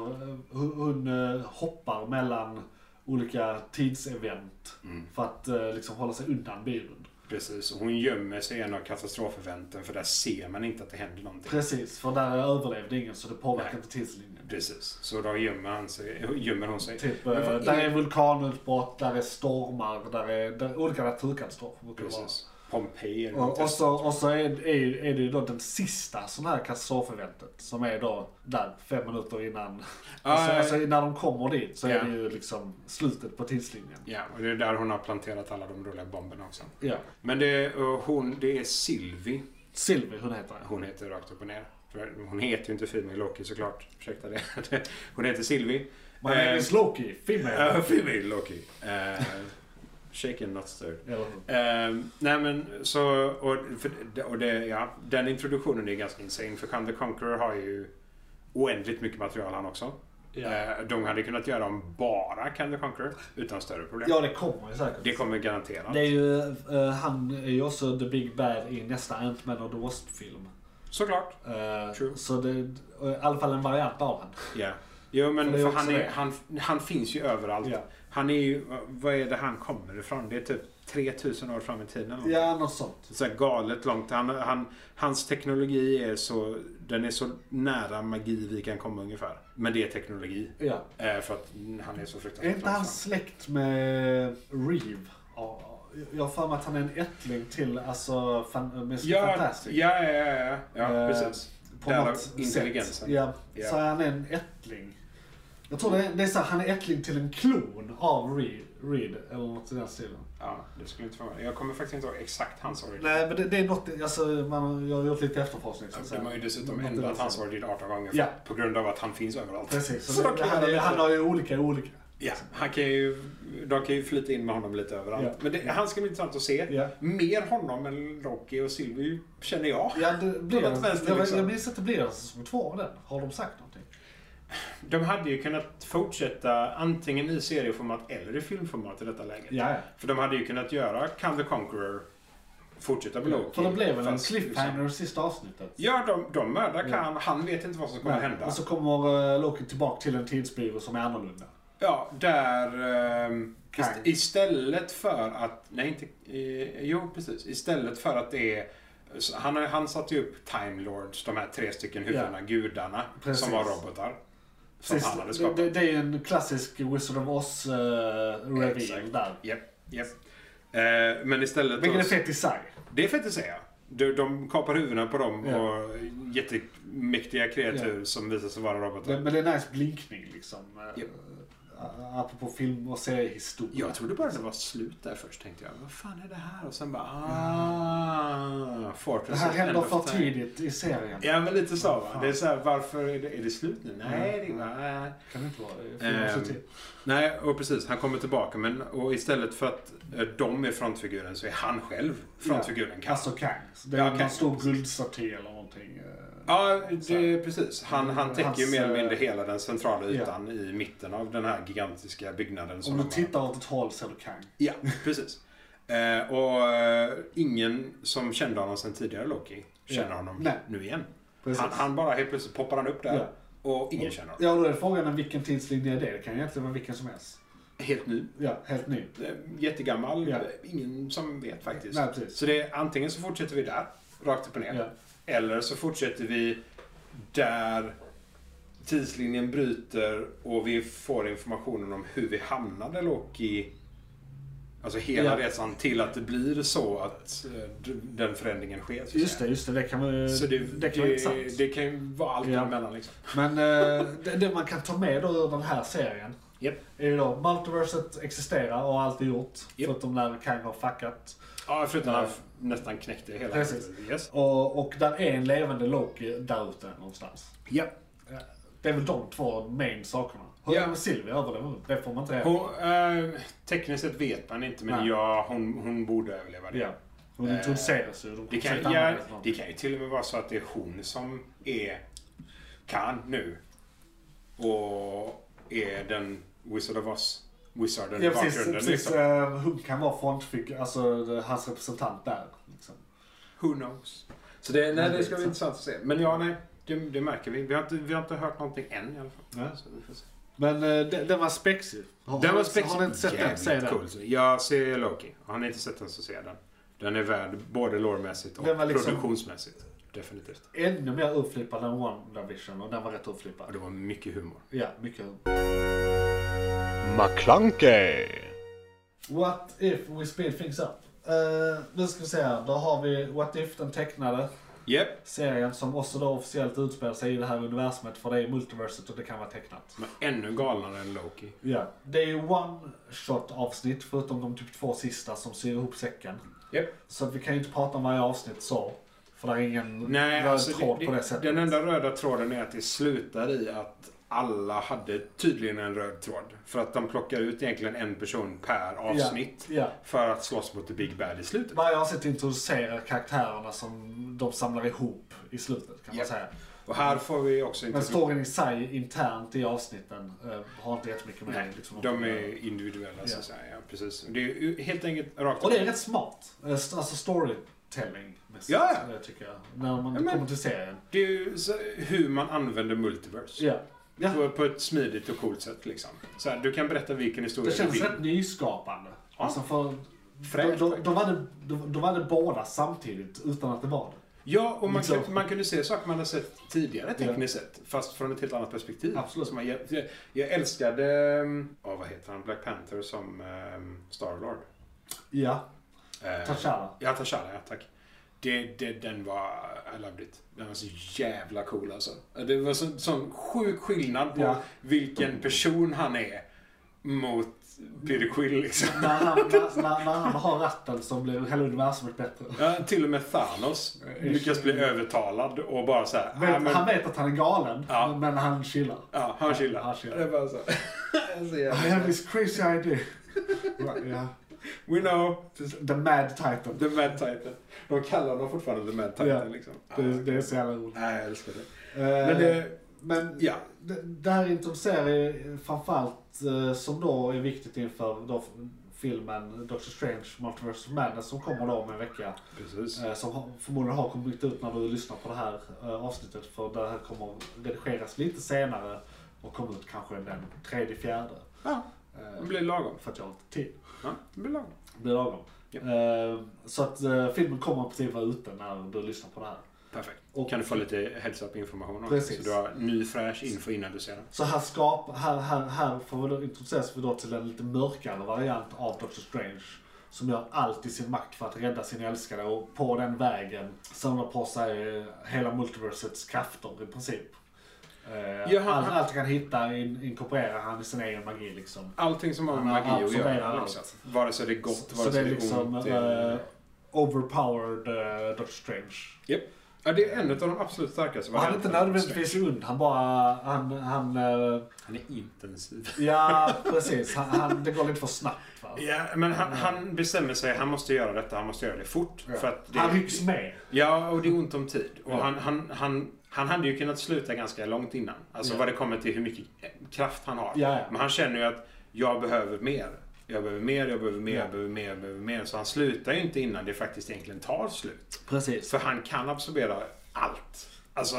[SPEAKER 1] hon, hon eh, hoppar mellan olika tidsevent.
[SPEAKER 3] Mm.
[SPEAKER 1] För att eh, liksom hålla sig undan bilen.
[SPEAKER 3] Precis, och hon gömmer sig i en av katastrofeventen för där ser man inte att det händer någonting.
[SPEAKER 1] Precis, för där överlevde ingen så det påverkar
[SPEAKER 3] Nej.
[SPEAKER 1] inte tidslinjen.
[SPEAKER 3] Precis, så då gömmer, han sig, gömmer hon sig.
[SPEAKER 1] Typ, eh,
[SPEAKER 3] Men för
[SPEAKER 1] där är
[SPEAKER 3] ingen-
[SPEAKER 1] vulkanutbrott, där är stormar, där är, där olika naturkatastrofer brukar det vara.
[SPEAKER 3] Precis. Pompeji eller något.
[SPEAKER 1] Och, och så, och så är, är, är det ju då den sista sån här katastrofeventet som är då där fem minuter innan.
[SPEAKER 3] Ah,
[SPEAKER 1] alltså,
[SPEAKER 3] ja, ja.
[SPEAKER 1] alltså när de kommer dit så
[SPEAKER 3] Ja.
[SPEAKER 1] är det ju liksom slutet på tidslinjen.
[SPEAKER 3] Ja, och det är där hon har planterat alla de roliga bomberna också.
[SPEAKER 1] Ja.
[SPEAKER 3] Men det, och hon, det är Silvi
[SPEAKER 1] Silvi, hon heter jag.
[SPEAKER 3] Hon heter rakt upp och ner. För Hon heter ju inte Female Loki såklart. Ursäkta det. Hon heter Silvi.
[SPEAKER 1] My name is Loki, female.
[SPEAKER 3] Eh, female Loki. Eh, shaken not stirred.
[SPEAKER 1] Eller hur?
[SPEAKER 3] Eh, nej men så, och, för, och det, ja, den introduktionen är ganska insane. För Khan the Conqueror har ju oändligt mycket material han också.
[SPEAKER 1] Ja.
[SPEAKER 3] Eh, de hade kunnat göra om bara Khan the Conqueror utan större problem.
[SPEAKER 1] ja, det kommer ju säkert.
[SPEAKER 3] Det kommer garanterat.
[SPEAKER 1] Det är ju, eh, han är ju också the big bad i nästa Ant-Man och the Wasp-film.
[SPEAKER 3] Såklart.
[SPEAKER 1] Eh,
[SPEAKER 3] True.
[SPEAKER 1] så det, och i alla fall en variant av han.
[SPEAKER 3] Ja. Jo men
[SPEAKER 1] För det
[SPEAKER 3] för
[SPEAKER 1] är
[SPEAKER 3] han,
[SPEAKER 1] också
[SPEAKER 3] är,
[SPEAKER 1] det.
[SPEAKER 3] han, han finns ju överallt.
[SPEAKER 1] Ja.
[SPEAKER 3] Han är ju, vad är det han kommer ifrån? Det är typ 3000 år fram i tiden. eller något.
[SPEAKER 1] Ja, något sånt.
[SPEAKER 3] Så här galet långt. Han, han, hans teknologi är så, den är så nära magi vi kan komma ungefär. Men det är teknologi.
[SPEAKER 1] Ja.
[SPEAKER 3] Eh, för att mm, han är så fruktansvärt
[SPEAKER 1] Är inte han släkt med Reeve? Ja, jag har för mig att han är en ättling till alltså, fan, Mr
[SPEAKER 3] Ja,
[SPEAKER 1] Fantastic.
[SPEAKER 3] ja, ja, ja, ja. ja
[SPEAKER 1] Eh,
[SPEAKER 3] precis.
[SPEAKER 1] På
[SPEAKER 3] Därav
[SPEAKER 1] något sätt.
[SPEAKER 3] intelligensen.
[SPEAKER 1] Ja,
[SPEAKER 3] Ja.
[SPEAKER 1] så är han en ättling. Jag tror det är, det är så här, han är ättling till en klon av Reed, Reed eller något i den stilen.
[SPEAKER 3] Ja, det skulle inte förvåna. Jag kommer faktiskt inte ihåg exakt hans origin.
[SPEAKER 1] Nej men det, det är något, alltså, man, jag har gjort lite efterforskning. så att säga.
[SPEAKER 3] De har ju dessutom
[SPEAKER 1] Något i den
[SPEAKER 3] ändrat hans
[SPEAKER 1] stilen.
[SPEAKER 3] origin 18 gånger
[SPEAKER 1] Ja.
[SPEAKER 3] på grund av att han finns överallt.
[SPEAKER 1] Precis, så
[SPEAKER 3] Så då
[SPEAKER 1] det,
[SPEAKER 3] kan
[SPEAKER 1] han,
[SPEAKER 3] jag-
[SPEAKER 1] är- han har ju olika olika.
[SPEAKER 3] Ja, han kan ju, de kan ju flyta in med honom lite överallt.
[SPEAKER 1] Ja.
[SPEAKER 3] Men det, han ska bli intressant att se.
[SPEAKER 1] Ja.
[SPEAKER 3] Mer honom än Rocky och Sylvie känner jag.
[SPEAKER 1] Ja, det blir,
[SPEAKER 3] Något vänster,
[SPEAKER 1] jag,
[SPEAKER 3] liksom.
[SPEAKER 1] jag minns att det blir säsong två av den. Har de sagt någonting?
[SPEAKER 3] De hade ju kunnat fortsätta antingen i serieformat eller i filmformat i detta läget.
[SPEAKER 1] Ja, ja.
[SPEAKER 3] För de hade ju kunnat göra Can the Conqueror fortsätta med Loki.
[SPEAKER 1] För det blev väl en
[SPEAKER 3] Fast liksom-
[SPEAKER 1] cliffhanger i sista avsnittet?
[SPEAKER 3] Ja, de, de mördar
[SPEAKER 1] Ja.
[SPEAKER 3] Khan. Han vet inte vad som kommer
[SPEAKER 1] Nej,
[SPEAKER 3] hända.
[SPEAKER 1] Och så kommer eh, Loki tillbaka till en tidsbyrå som är annorlunda.
[SPEAKER 3] Ja, där... ehm,
[SPEAKER 1] Kang.
[SPEAKER 3] ist- istället för att... Nej, inte... Eh, jo, precis. Istället för att det är... så Han, har- han satte ju upp Time Lords, de här tre stycken huvudena, gudarna,
[SPEAKER 1] Precis.
[SPEAKER 3] som var robotar. Som
[SPEAKER 1] Precis,
[SPEAKER 3] han hade
[SPEAKER 1] det,
[SPEAKER 3] skapat.
[SPEAKER 1] det, det är ju en klassisk Wizard of Oz eh, reveal
[SPEAKER 3] Exakt.
[SPEAKER 1] där.
[SPEAKER 3] Japp, japp. Eh, men istället...
[SPEAKER 1] Vilket är fett i sig.
[SPEAKER 3] Det är fett att säga. De, de kapar huvudena på dem
[SPEAKER 1] Ja.
[SPEAKER 3] och jättemäktiga kreatur som visar sig vara robotar.
[SPEAKER 1] Det, men det är en nice blinkning liksom. eh,
[SPEAKER 3] Japp.
[SPEAKER 1] a- apropå film och seriehistoria.
[SPEAKER 3] Jag trodde bara det var slut där först tänkte jag. Vad fan är det här? Och sen bara ah,
[SPEAKER 1] det
[SPEAKER 3] Fortress
[SPEAKER 1] här
[SPEAKER 3] of
[SPEAKER 1] händer
[SPEAKER 3] End
[SPEAKER 1] för
[SPEAKER 3] of Time.
[SPEAKER 1] tidigt i serien.
[SPEAKER 3] Ja men lite så va.
[SPEAKER 1] Fan.
[SPEAKER 3] Det är så här, varför är det, är det slut nu? Nej, det
[SPEAKER 1] Mm.
[SPEAKER 3] är bara...
[SPEAKER 1] Kan det inte vara? Filmen
[SPEAKER 3] Ehm,
[SPEAKER 1] så tidigt.
[SPEAKER 3] Nej, och precis. Han kommer tillbaka. Men och istället för att eh, de är frontfiguren så är han själv frontfiguren. Ja,
[SPEAKER 1] Castle Kang. Det är
[SPEAKER 3] Ja, Kang.
[SPEAKER 1] någon stor guldstaty eller någonting. eh,
[SPEAKER 3] ja det, precis. Han, han täcker ju
[SPEAKER 1] Hans,
[SPEAKER 3] mer eller mindre
[SPEAKER 1] eh,
[SPEAKER 3] hela den centrala
[SPEAKER 1] ja.
[SPEAKER 3] ytan i mitten av den här gigantiska byggnaden.
[SPEAKER 1] Om
[SPEAKER 3] som
[SPEAKER 1] du
[SPEAKER 3] de har.
[SPEAKER 1] tittar åt ett håll ser du Kang.
[SPEAKER 3] Ja, precis. Eh, och eh, ingen som kände honom sen tidigare, Loki, känner
[SPEAKER 1] Ja.
[SPEAKER 3] honom
[SPEAKER 1] Nej.
[SPEAKER 3] nu igen.
[SPEAKER 1] Precis.
[SPEAKER 3] Han, han bara helt plötsligt poppar han upp där
[SPEAKER 1] Ja.
[SPEAKER 3] och ingen känner honom.
[SPEAKER 1] Ja, då är frågan vilken tidslinje är det? Det kan ju egentligen vara vilken som helst.
[SPEAKER 3] Helt ny.
[SPEAKER 1] Ja, helt ny.
[SPEAKER 3] Eh, Jättegammal.
[SPEAKER 1] Ja.
[SPEAKER 3] Eh, Ingen som vet faktiskt.
[SPEAKER 1] Nej, precis.
[SPEAKER 3] Så det är, antingen så fortsätter vi där, rakt upp och ner.
[SPEAKER 1] Ja.
[SPEAKER 3] Eller så fortsätter vi där tidslinjen bryter och vi får informationen om hur vi hamnade Loki. Alltså hela
[SPEAKER 1] Ja.
[SPEAKER 3] resan till att det blir så att eh, d- den förändringen sker. så att
[SPEAKER 1] Just det,
[SPEAKER 3] säga.
[SPEAKER 1] just det. Det kan, vara-
[SPEAKER 3] Så det,
[SPEAKER 1] det kan vara
[SPEAKER 3] det,
[SPEAKER 1] intressant.
[SPEAKER 3] det kan ju vara allt
[SPEAKER 1] Ja.
[SPEAKER 3] emellan liksom.
[SPEAKER 1] Men eh, det, det man kan ta med då ur den här serien
[SPEAKER 3] Japp.
[SPEAKER 1] är ju då multiverset existerar och har alltid gjort.
[SPEAKER 3] Japp.
[SPEAKER 1] Förutom när Kang har fuckat.
[SPEAKER 3] Ja, förutom att han
[SPEAKER 1] Ja.
[SPEAKER 3] f- nästan knäckte hela.
[SPEAKER 1] Precis.
[SPEAKER 3] Yes.
[SPEAKER 1] Och, och där är en levande Loki där ute någonstans.
[SPEAKER 3] Ja.
[SPEAKER 1] Det är väl de två main sakerna. Hur
[SPEAKER 3] Ja.
[SPEAKER 1] är det med Sylvia överlever hon? Det får man inte reda på.
[SPEAKER 3] Hon, eh, tekniskt sett vet man inte, men
[SPEAKER 1] Nej.
[SPEAKER 3] ja, hon, hon borde överleva det.
[SPEAKER 1] Ja. Hon
[SPEAKER 3] Eh,
[SPEAKER 1] introduceras ju. De
[SPEAKER 3] Det
[SPEAKER 1] kommer
[SPEAKER 3] kan,
[SPEAKER 1] säkert
[SPEAKER 3] ja,
[SPEAKER 1] använda det för
[SPEAKER 3] det kan ju till och med vara så att det är hon som är kan nu. Och är den Wizard of Oz. Wizarden
[SPEAKER 1] Ja
[SPEAKER 3] i
[SPEAKER 1] precis,
[SPEAKER 3] bakgrunden
[SPEAKER 1] precis
[SPEAKER 3] liksom.
[SPEAKER 1] Eh, hon kan vara frontfigur, alltså eh, hans representant där. Liksom.
[SPEAKER 3] Who knows? Så det, nej, det ska
[SPEAKER 1] det
[SPEAKER 3] bli
[SPEAKER 1] är
[SPEAKER 3] intressant att se. Men ja, nej. Det, det märker vi. Vi har, inte, vi har inte hört någonting än i alla fall.
[SPEAKER 1] Nej.
[SPEAKER 3] Så vi får se.
[SPEAKER 1] Men eh, den, den var spexig. Har-
[SPEAKER 3] Den
[SPEAKER 1] har-
[SPEAKER 3] var spexig.
[SPEAKER 1] Har ni inte sett den? Säg den.
[SPEAKER 3] cool. Jag ser Loki. Har ni inte sett den så se den. Den är värd både lårmässigt och
[SPEAKER 1] Den var liksom-
[SPEAKER 3] produktionsmässigt. Definitivt.
[SPEAKER 1] Ännu mer urflippad än WandaVision och den var rätt
[SPEAKER 3] Och
[SPEAKER 1] urflippad.
[SPEAKER 3] det var mycket humor.
[SPEAKER 1] Ja, mycket.
[SPEAKER 4] McClunkey.
[SPEAKER 1] What if we speed things up? Eh, nu ska vi se här. Då har vi What if, den tecknade
[SPEAKER 3] Japp.
[SPEAKER 1] serien som också då officiellt utspelar sig i det här universumet för det är multiverset och det kan vara tecknat.
[SPEAKER 3] Men ännu galnare än Loki.
[SPEAKER 1] Ja, det är ju one shot avsnitt förutom de typ två sista som syr ihop säcken.
[SPEAKER 3] Japp.
[SPEAKER 1] Så att vi kan ju inte prata om varje avsnitt så. För det är ingen
[SPEAKER 3] Nej,
[SPEAKER 1] röd
[SPEAKER 3] alltså,
[SPEAKER 1] tråd
[SPEAKER 3] det,
[SPEAKER 1] på det
[SPEAKER 3] det,
[SPEAKER 1] sättet.
[SPEAKER 3] den enda röda tråden är att det slutar i att alla hade tydligen en röd tråd. För att de plockar ut egentligen en person per avsnitt.
[SPEAKER 1] Ja.
[SPEAKER 3] För att slåss mot The Big Bad i slutet.
[SPEAKER 1] Varje avsnitt introducerar karaktärerna som de samlar ihop i slutet kan
[SPEAKER 3] Ja.
[SPEAKER 1] man säga.
[SPEAKER 3] Och här får vi också
[SPEAKER 1] Mm. Men
[SPEAKER 3] inte...
[SPEAKER 1] storyn i sig internt i avsnitten eh, har inte jättemycket med
[SPEAKER 3] Nej,
[SPEAKER 1] liksom,
[SPEAKER 3] de
[SPEAKER 1] att
[SPEAKER 3] är
[SPEAKER 1] göra.
[SPEAKER 3] individuella så
[SPEAKER 1] Ja.
[SPEAKER 3] att säga. Ja, precis. Det är ju helt enkelt rakt
[SPEAKER 1] Och det är rätt smart. Eh, st- Alltså storytelling
[SPEAKER 3] Ja, ja.
[SPEAKER 1] tycker jag. När man
[SPEAKER 3] Ja, men-
[SPEAKER 1] kommer till serien.
[SPEAKER 3] Det är ju så, hur man använder multiverse.
[SPEAKER 1] Ja. Ja.
[SPEAKER 3] På, på ett smidigt och coolt sätt liksom. Så här, du kan berätta vilken historia
[SPEAKER 1] Det
[SPEAKER 3] du
[SPEAKER 1] känns
[SPEAKER 3] vill.
[SPEAKER 1] rätt nyskapande.
[SPEAKER 3] Ja.
[SPEAKER 1] Alltså för
[SPEAKER 3] Fräscht,
[SPEAKER 1] de, de,
[SPEAKER 3] faktiskt.
[SPEAKER 1] de, hade, de, de hade båda samtidigt utan att det var det.
[SPEAKER 3] Ja, och man,
[SPEAKER 1] Liksom.
[SPEAKER 3] kunde- man kunde se saker man hade sett tidigare tekniskt sett. Fast från ett helt annat perspektiv.
[SPEAKER 1] Absolut.
[SPEAKER 3] Som man, jag, jag älskade, ehm, ja vad heter han, Black Panther som ehm, Starlord.
[SPEAKER 1] Ja,
[SPEAKER 3] Eh,
[SPEAKER 1] T'Challa.
[SPEAKER 3] Ja, T'Challa, ja tack. Det, det, den var, I loved it. Den var så jävla cool alltså. Det var så, sån sjuk skillnad på
[SPEAKER 1] Ja.
[SPEAKER 3] vilken person han är mot Peter Quill liksom.
[SPEAKER 1] När han, när, när, när han har ratten så blir hela universumet bättre.
[SPEAKER 3] Ja, till och med Thanos lyckas bli övertalad och bara så här, "Ah,
[SPEAKER 1] Vet,
[SPEAKER 3] men-
[SPEAKER 1] Han vet att han är galen,
[SPEAKER 3] Ja.
[SPEAKER 1] men han chillar.
[SPEAKER 3] Ja, han chillar.
[SPEAKER 1] han chillar.
[SPEAKER 3] Det är bara så. så
[SPEAKER 1] I have
[SPEAKER 3] jävla...
[SPEAKER 1] this crazy idea. Right, yeah.
[SPEAKER 3] We know.
[SPEAKER 1] The Mad Titan.
[SPEAKER 3] The Mad Titan. De kallar dem fortfarande The Mad Titan
[SPEAKER 1] Ja.
[SPEAKER 3] liksom. Ah.
[SPEAKER 1] Det, det är så jävla roligt.
[SPEAKER 3] Nej, jag älskar det.
[SPEAKER 1] Men,
[SPEAKER 3] Eh, Men det...
[SPEAKER 1] men
[SPEAKER 3] Ja.
[SPEAKER 1] det, det här introducerar ju framförallt eh, som då är viktigt inför då filmen Doctor Strange Multiverse of Madness som kommer då om en vecka.
[SPEAKER 3] Precis.
[SPEAKER 1] Eh, Som har- förmodligen har kommit ut när du lyssnar på det här eh, avsnittet. För det här kommer redigeras lite senare och kommer ut kanske den tredje, fjärde.
[SPEAKER 3] Ja,
[SPEAKER 1] Eh,
[SPEAKER 3] det blir lagom.
[SPEAKER 1] För att jag har inte tid.
[SPEAKER 3] Ja, det blir lagom.
[SPEAKER 1] Det blir lagom.
[SPEAKER 3] Ja.
[SPEAKER 1] Eh, Så att eh, filmen kommer precis vara ute när du lyssnar på det här.
[SPEAKER 3] Perfekt.
[SPEAKER 1] Och-
[SPEAKER 3] Kan du få lite heads up information också?
[SPEAKER 1] Precis.
[SPEAKER 3] Så du har ny fräsch info innan du ser den.
[SPEAKER 1] Så här, skap, här, här, här får vi då introduceras vi då till en lite mörkare variant av Doctor Strange. Som gör allt i sin makt för att rädda sin älskade och på eh, den vägen samlar på sig hela multiversets krafter i princip. Eh,
[SPEAKER 3] Ja, han-
[SPEAKER 1] allt,
[SPEAKER 3] han-
[SPEAKER 1] allt han kan hitta in, inkorporerar han i sin egen magi liksom.
[SPEAKER 3] Allting som har med
[SPEAKER 1] Han har
[SPEAKER 3] magi att göra.
[SPEAKER 1] absorberat
[SPEAKER 3] Liksom. Vare sig det är gott,
[SPEAKER 1] Så-
[SPEAKER 3] vare
[SPEAKER 1] så
[SPEAKER 3] sig
[SPEAKER 1] det
[SPEAKER 3] det
[SPEAKER 1] är
[SPEAKER 3] är
[SPEAKER 1] liksom,
[SPEAKER 3] ont.
[SPEAKER 1] eh,
[SPEAKER 3] Eller...
[SPEAKER 1] Overpowered uh, Doctor Strange.
[SPEAKER 3] Ja, det är en av de absolut starkaste
[SPEAKER 1] Och han är inte
[SPEAKER 3] varianterna av
[SPEAKER 1] nödvändigtvis ond, han bara... Han, han, eh,
[SPEAKER 3] Strange. Han är intensiv.
[SPEAKER 1] ja, precis. Han, han, det går lite för snabbt. Va?
[SPEAKER 3] Ja, men han, han bestämmer sig. Han måste göra detta. Han måste göra det fort.
[SPEAKER 1] Ja.
[SPEAKER 3] För att det,
[SPEAKER 1] Han rycks med.
[SPEAKER 3] Ja, och det är ont om tid. Och
[SPEAKER 1] Ja.
[SPEAKER 3] han, han, han, han hade ju kunnat sluta ganska långt innan. Alltså
[SPEAKER 1] Ja.
[SPEAKER 3] vad det kommer till hur mycket kraft han har.
[SPEAKER 1] Ja, ja.
[SPEAKER 3] Men han känner ju att jag behöver mer. Jag behöver mer, jag behöver mer,
[SPEAKER 1] Ja.
[SPEAKER 3] jag behöver mer, jag behöver mer. Så han slutar ju inte innan det faktiskt egentligen tar slut.
[SPEAKER 1] Precis.
[SPEAKER 3] För han kan absorbera allt. Alltså,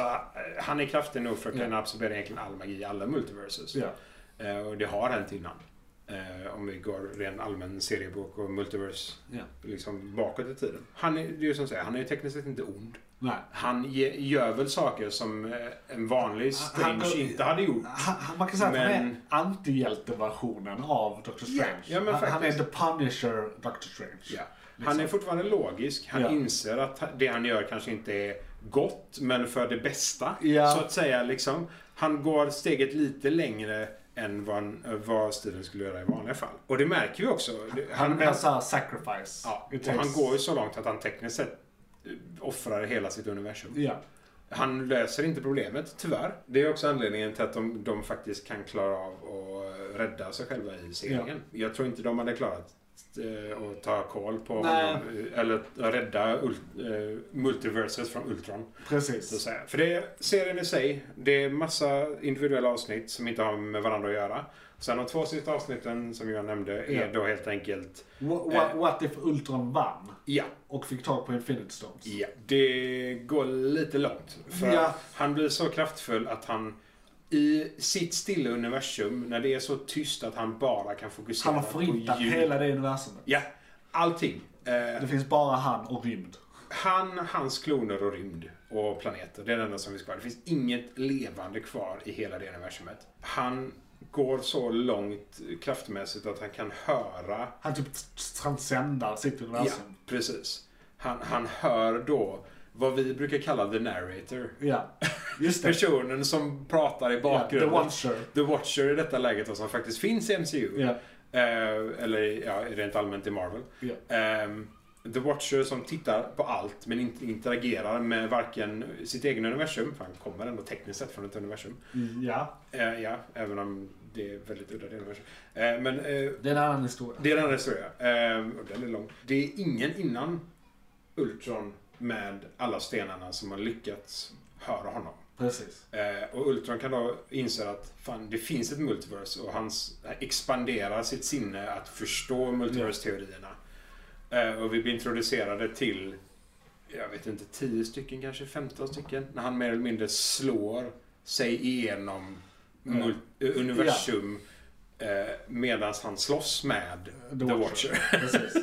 [SPEAKER 3] han är kraftig nog för att
[SPEAKER 1] Ja.
[SPEAKER 3] kunna absorbera egentligen all magi i alla multiverses.
[SPEAKER 1] Ja.
[SPEAKER 3] Eh, Och det har hänt innan. Eh, Om vi går ren allmän seriebok och multiverse
[SPEAKER 1] Ja.
[SPEAKER 3] liksom bakåt i tiden. Han är, det är ju som säger, han är ju tekniskt sett inte ond.
[SPEAKER 1] Nej.
[SPEAKER 3] Han ge, gör väl saker som eh, en vanlig
[SPEAKER 1] Han- han
[SPEAKER 3] Strange
[SPEAKER 1] går-
[SPEAKER 3] inte hade gjort.
[SPEAKER 1] Han, han- man kan säga att han är
[SPEAKER 3] Men-
[SPEAKER 1] antihjälteversionen av Doctor Strange.
[SPEAKER 3] Ja, ja, men
[SPEAKER 1] han, han är
[SPEAKER 3] faktiskt.
[SPEAKER 1] the punisher Doctor Strange.
[SPEAKER 3] Ja. Han
[SPEAKER 1] Liksom.
[SPEAKER 3] är fortfarande logisk. Han
[SPEAKER 1] Ja.
[SPEAKER 3] inser att det han gör kanske inte är gott, men för det bästa.
[SPEAKER 1] Ja.
[SPEAKER 3] Så att säga liksom. Han går steget lite längre än vad, han- vad Steven skulle göra i vanliga fall. Och det märker vi också. Det-
[SPEAKER 1] Han är mer
[SPEAKER 3] han-
[SPEAKER 1] såhär sacrifice.
[SPEAKER 3] ja,
[SPEAKER 1] It
[SPEAKER 3] och han
[SPEAKER 1] takes-
[SPEAKER 3] går ju så långt att han tekniskt sett eh, offrar hela sitt universum.
[SPEAKER 1] Ja.
[SPEAKER 3] Han löser inte problemet, tyvärr. Det är också anledningen till att de, de faktiskt kan klara av att eh, rädda sig själva i serien. Jag tror inte de hade klarat eh, att ta koll på
[SPEAKER 1] Nej.
[SPEAKER 3] honom, eh, eller att rädda ult, eh, multiverses från Ultron. Så att
[SPEAKER 1] Precis.
[SPEAKER 3] säga. För det är serien i sig, det är massa individuella avsnitt som inte har med varandra att göra. Sen de två sista avsnitten som jag nämnde
[SPEAKER 1] Ja.
[SPEAKER 3] är då helt enkelt,
[SPEAKER 1] What,
[SPEAKER 3] Eh.
[SPEAKER 1] what, what if Ultron vann
[SPEAKER 3] ja,
[SPEAKER 1] och fick tag på Infinity Stones?
[SPEAKER 3] Ja, det går lite långt. För
[SPEAKER 1] Ja.
[SPEAKER 3] han blir så kraftfull att han i sitt stilla universum, när det är så tyst att han bara kan fokusera
[SPEAKER 1] Han har förintat
[SPEAKER 3] på ljud.
[SPEAKER 1] hela det universumet.
[SPEAKER 3] Ja, allting. Eh,
[SPEAKER 1] Det finns bara han och rymd.
[SPEAKER 3] han, hans kloner och rymd och planeter, det är det enda som finns kvar. Det finns inget levande kvar i hela det universumet. Han går så långt kraftmässigt att han kan höra
[SPEAKER 1] Han typ transcendar sitt universum.
[SPEAKER 3] Ja, precis. Han, han hör då vad vi brukar kalla the narrator.
[SPEAKER 1] Ja. Just det.
[SPEAKER 3] Personen som pratar i
[SPEAKER 1] Ja, the
[SPEAKER 3] bakgrunden.
[SPEAKER 1] Watcher.
[SPEAKER 3] The Watcher i detta läget och som faktiskt finns i MCU.
[SPEAKER 1] Ja.
[SPEAKER 3] Eh, eller ja, rent allmänt i Marvel.
[SPEAKER 1] Ja.
[SPEAKER 3] Ehm, The Watcher som tittar på allt men inte interagerar med varken sitt eget universum, för han kommer ändå tekniskt sett från ett universum.
[SPEAKER 1] ja.
[SPEAKER 3] Eh, ja, även om det är väldigt udda det universum. Eh, men eh,
[SPEAKER 1] Det är en annan historia.
[SPEAKER 3] det är en annan historia. Ehm, och den är lång. Det är ingen innan Ultron med alla stenarna som har lyckats höra honom.
[SPEAKER 1] Precis.
[SPEAKER 3] Eh, och Ultron kan då inse att fan, det finns ett multiverse och han s- expanderar sitt sinne att förstå multiverse-teorierna. Eh, och vi blir introducerade till, jag vet inte, 10 stycken kanske, 15 stycken. När han mer eller mindre slår sig igenom
[SPEAKER 1] Mm.
[SPEAKER 3] mul- eh, universum eh, medan han slåss med
[SPEAKER 1] The
[SPEAKER 3] The Watcher.
[SPEAKER 1] Precis.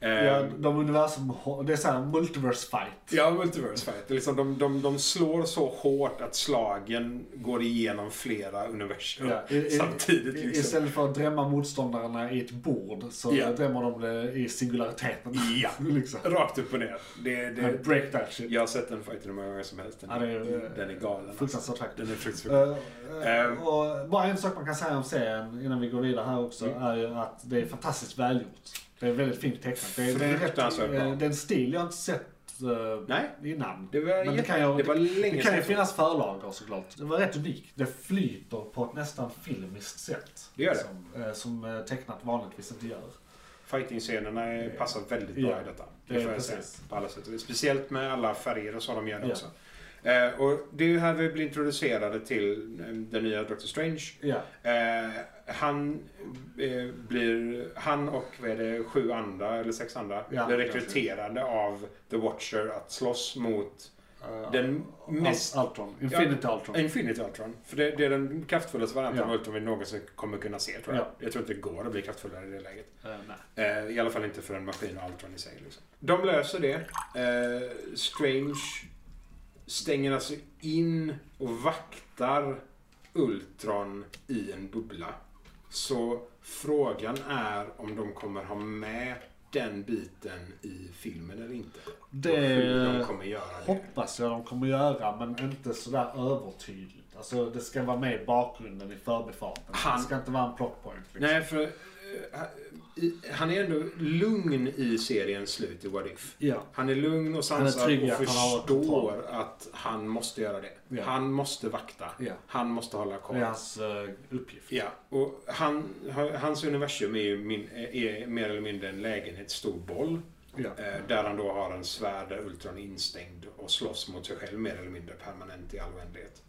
[SPEAKER 3] Eh,
[SPEAKER 1] Ja, de universum, det är såhär multiverse fight.
[SPEAKER 3] Ja, multiverse fight. Det är Liksom de, de, de slår så hårt att slagen går igenom flera universum
[SPEAKER 1] Ja, i- i-
[SPEAKER 3] samtidigt.
[SPEAKER 1] i-
[SPEAKER 3] Liksom.
[SPEAKER 1] Istället för att drämma motståndarna i ett bord så
[SPEAKER 3] Ja.
[SPEAKER 1] drämmer de det i singulariteten.
[SPEAKER 3] Ja.
[SPEAKER 1] liksom.
[SPEAKER 3] Rakt upp och ner. Det, det,
[SPEAKER 1] Break that shit.
[SPEAKER 3] jag har sett den fighten hur många gånger som helst. Den,
[SPEAKER 1] Ja, det är-
[SPEAKER 3] den är galen.
[SPEAKER 1] Fruktansvärt faktiskt.
[SPEAKER 3] Den är fruktansvärt.
[SPEAKER 1] Eh, eh,
[SPEAKER 3] Ehm.
[SPEAKER 1] och bara en sak man kan säga om serien innan vi går vidare här också
[SPEAKER 3] Mm.
[SPEAKER 1] är ju att det är fantastiskt välgjort. Det är väldigt fint tecknat. Det är, det är, rätt,
[SPEAKER 3] Fruktansvärt bra.
[SPEAKER 1] eh, det är en stil jag inte sett eh,
[SPEAKER 3] Nej,
[SPEAKER 1] innan.
[SPEAKER 3] det var,
[SPEAKER 1] Men det
[SPEAKER 3] jätte-
[SPEAKER 1] kan jag-
[SPEAKER 3] det var länge
[SPEAKER 1] Det kan ju
[SPEAKER 3] sedan.
[SPEAKER 1] finnas förlagor såklart. Det var rätt unikt. Det flyter på ett nästan filmiskt sätt.
[SPEAKER 3] Det gör det.
[SPEAKER 1] Som, eh, som eh, tecknat vanligtvis inte gör.
[SPEAKER 3] Fighting-scenerna är- passar väldigt bra
[SPEAKER 1] Ja,
[SPEAKER 3] i detta.
[SPEAKER 1] det
[SPEAKER 3] Det,
[SPEAKER 1] är
[SPEAKER 3] får jag säga.
[SPEAKER 1] precis.
[SPEAKER 3] På alla sätt. och vis. Speciellt med alla färger och så de gör det
[SPEAKER 1] Ja.
[SPEAKER 3] också. Eh, och det är ju här vi blir introducerade till eh, den nya Doctor Strange.
[SPEAKER 1] Ja,
[SPEAKER 3] Eh, han eh, blir, han och vad är det, sju andra eller sex andra
[SPEAKER 1] Ja,
[SPEAKER 3] blir rekryterade av The Watcher att slåss mot den Eh, mest
[SPEAKER 1] Mest Ultron. Infinity Ultron.
[SPEAKER 3] Infinity Ultron. För det, det är den kraftfullaste varianten
[SPEAKER 1] Ja.
[SPEAKER 3] av Ultron vi någonsin kommer kunna se tror jag.
[SPEAKER 1] Ja.
[SPEAKER 3] Jag tror inte det går att bli kraftfullare i det läget.
[SPEAKER 1] Eh, nej.
[SPEAKER 3] Eh, I alla fall inte för en maskin och Ultron i sig. Liksom. De löser det. Eh, Strange stänger alltså in och vaktar Ultron i en bubbla. Så frågan är om de kommer ha med den biten i filmen eller inte. Och hur de
[SPEAKER 1] Det
[SPEAKER 3] kommer göra det.
[SPEAKER 1] hoppas jag de kommer göra men inte sådär övertydligt. Alltså det ska vara med i bakgrunden i förbifarten.
[SPEAKER 3] Han-
[SPEAKER 1] Det ska inte vara en plot point. Liksom.
[SPEAKER 3] Nej, för eh, ha- i- han är ändå lugn i seriens slut i What If.
[SPEAKER 1] Ja.
[SPEAKER 3] Han är lugn och
[SPEAKER 1] är
[SPEAKER 3] sansad
[SPEAKER 1] trygg i
[SPEAKER 3] och
[SPEAKER 1] att han har
[SPEAKER 3] förstår
[SPEAKER 1] kontroll.
[SPEAKER 3] att han måste göra det.
[SPEAKER 1] Ja.
[SPEAKER 3] Han måste vakta.
[SPEAKER 1] Ja.
[SPEAKER 3] Han måste hålla koll.
[SPEAKER 1] Det är hans eh, uppgift.
[SPEAKER 3] Ja, och han, hans universum är ju min, är mer eller mindre en lägenhet, stor boll.
[SPEAKER 1] Ja.
[SPEAKER 3] Eh, Där han då har en svärd där Ultron är instängd och slåss mot sig själv mer eller mindre permanent i all oändlighet.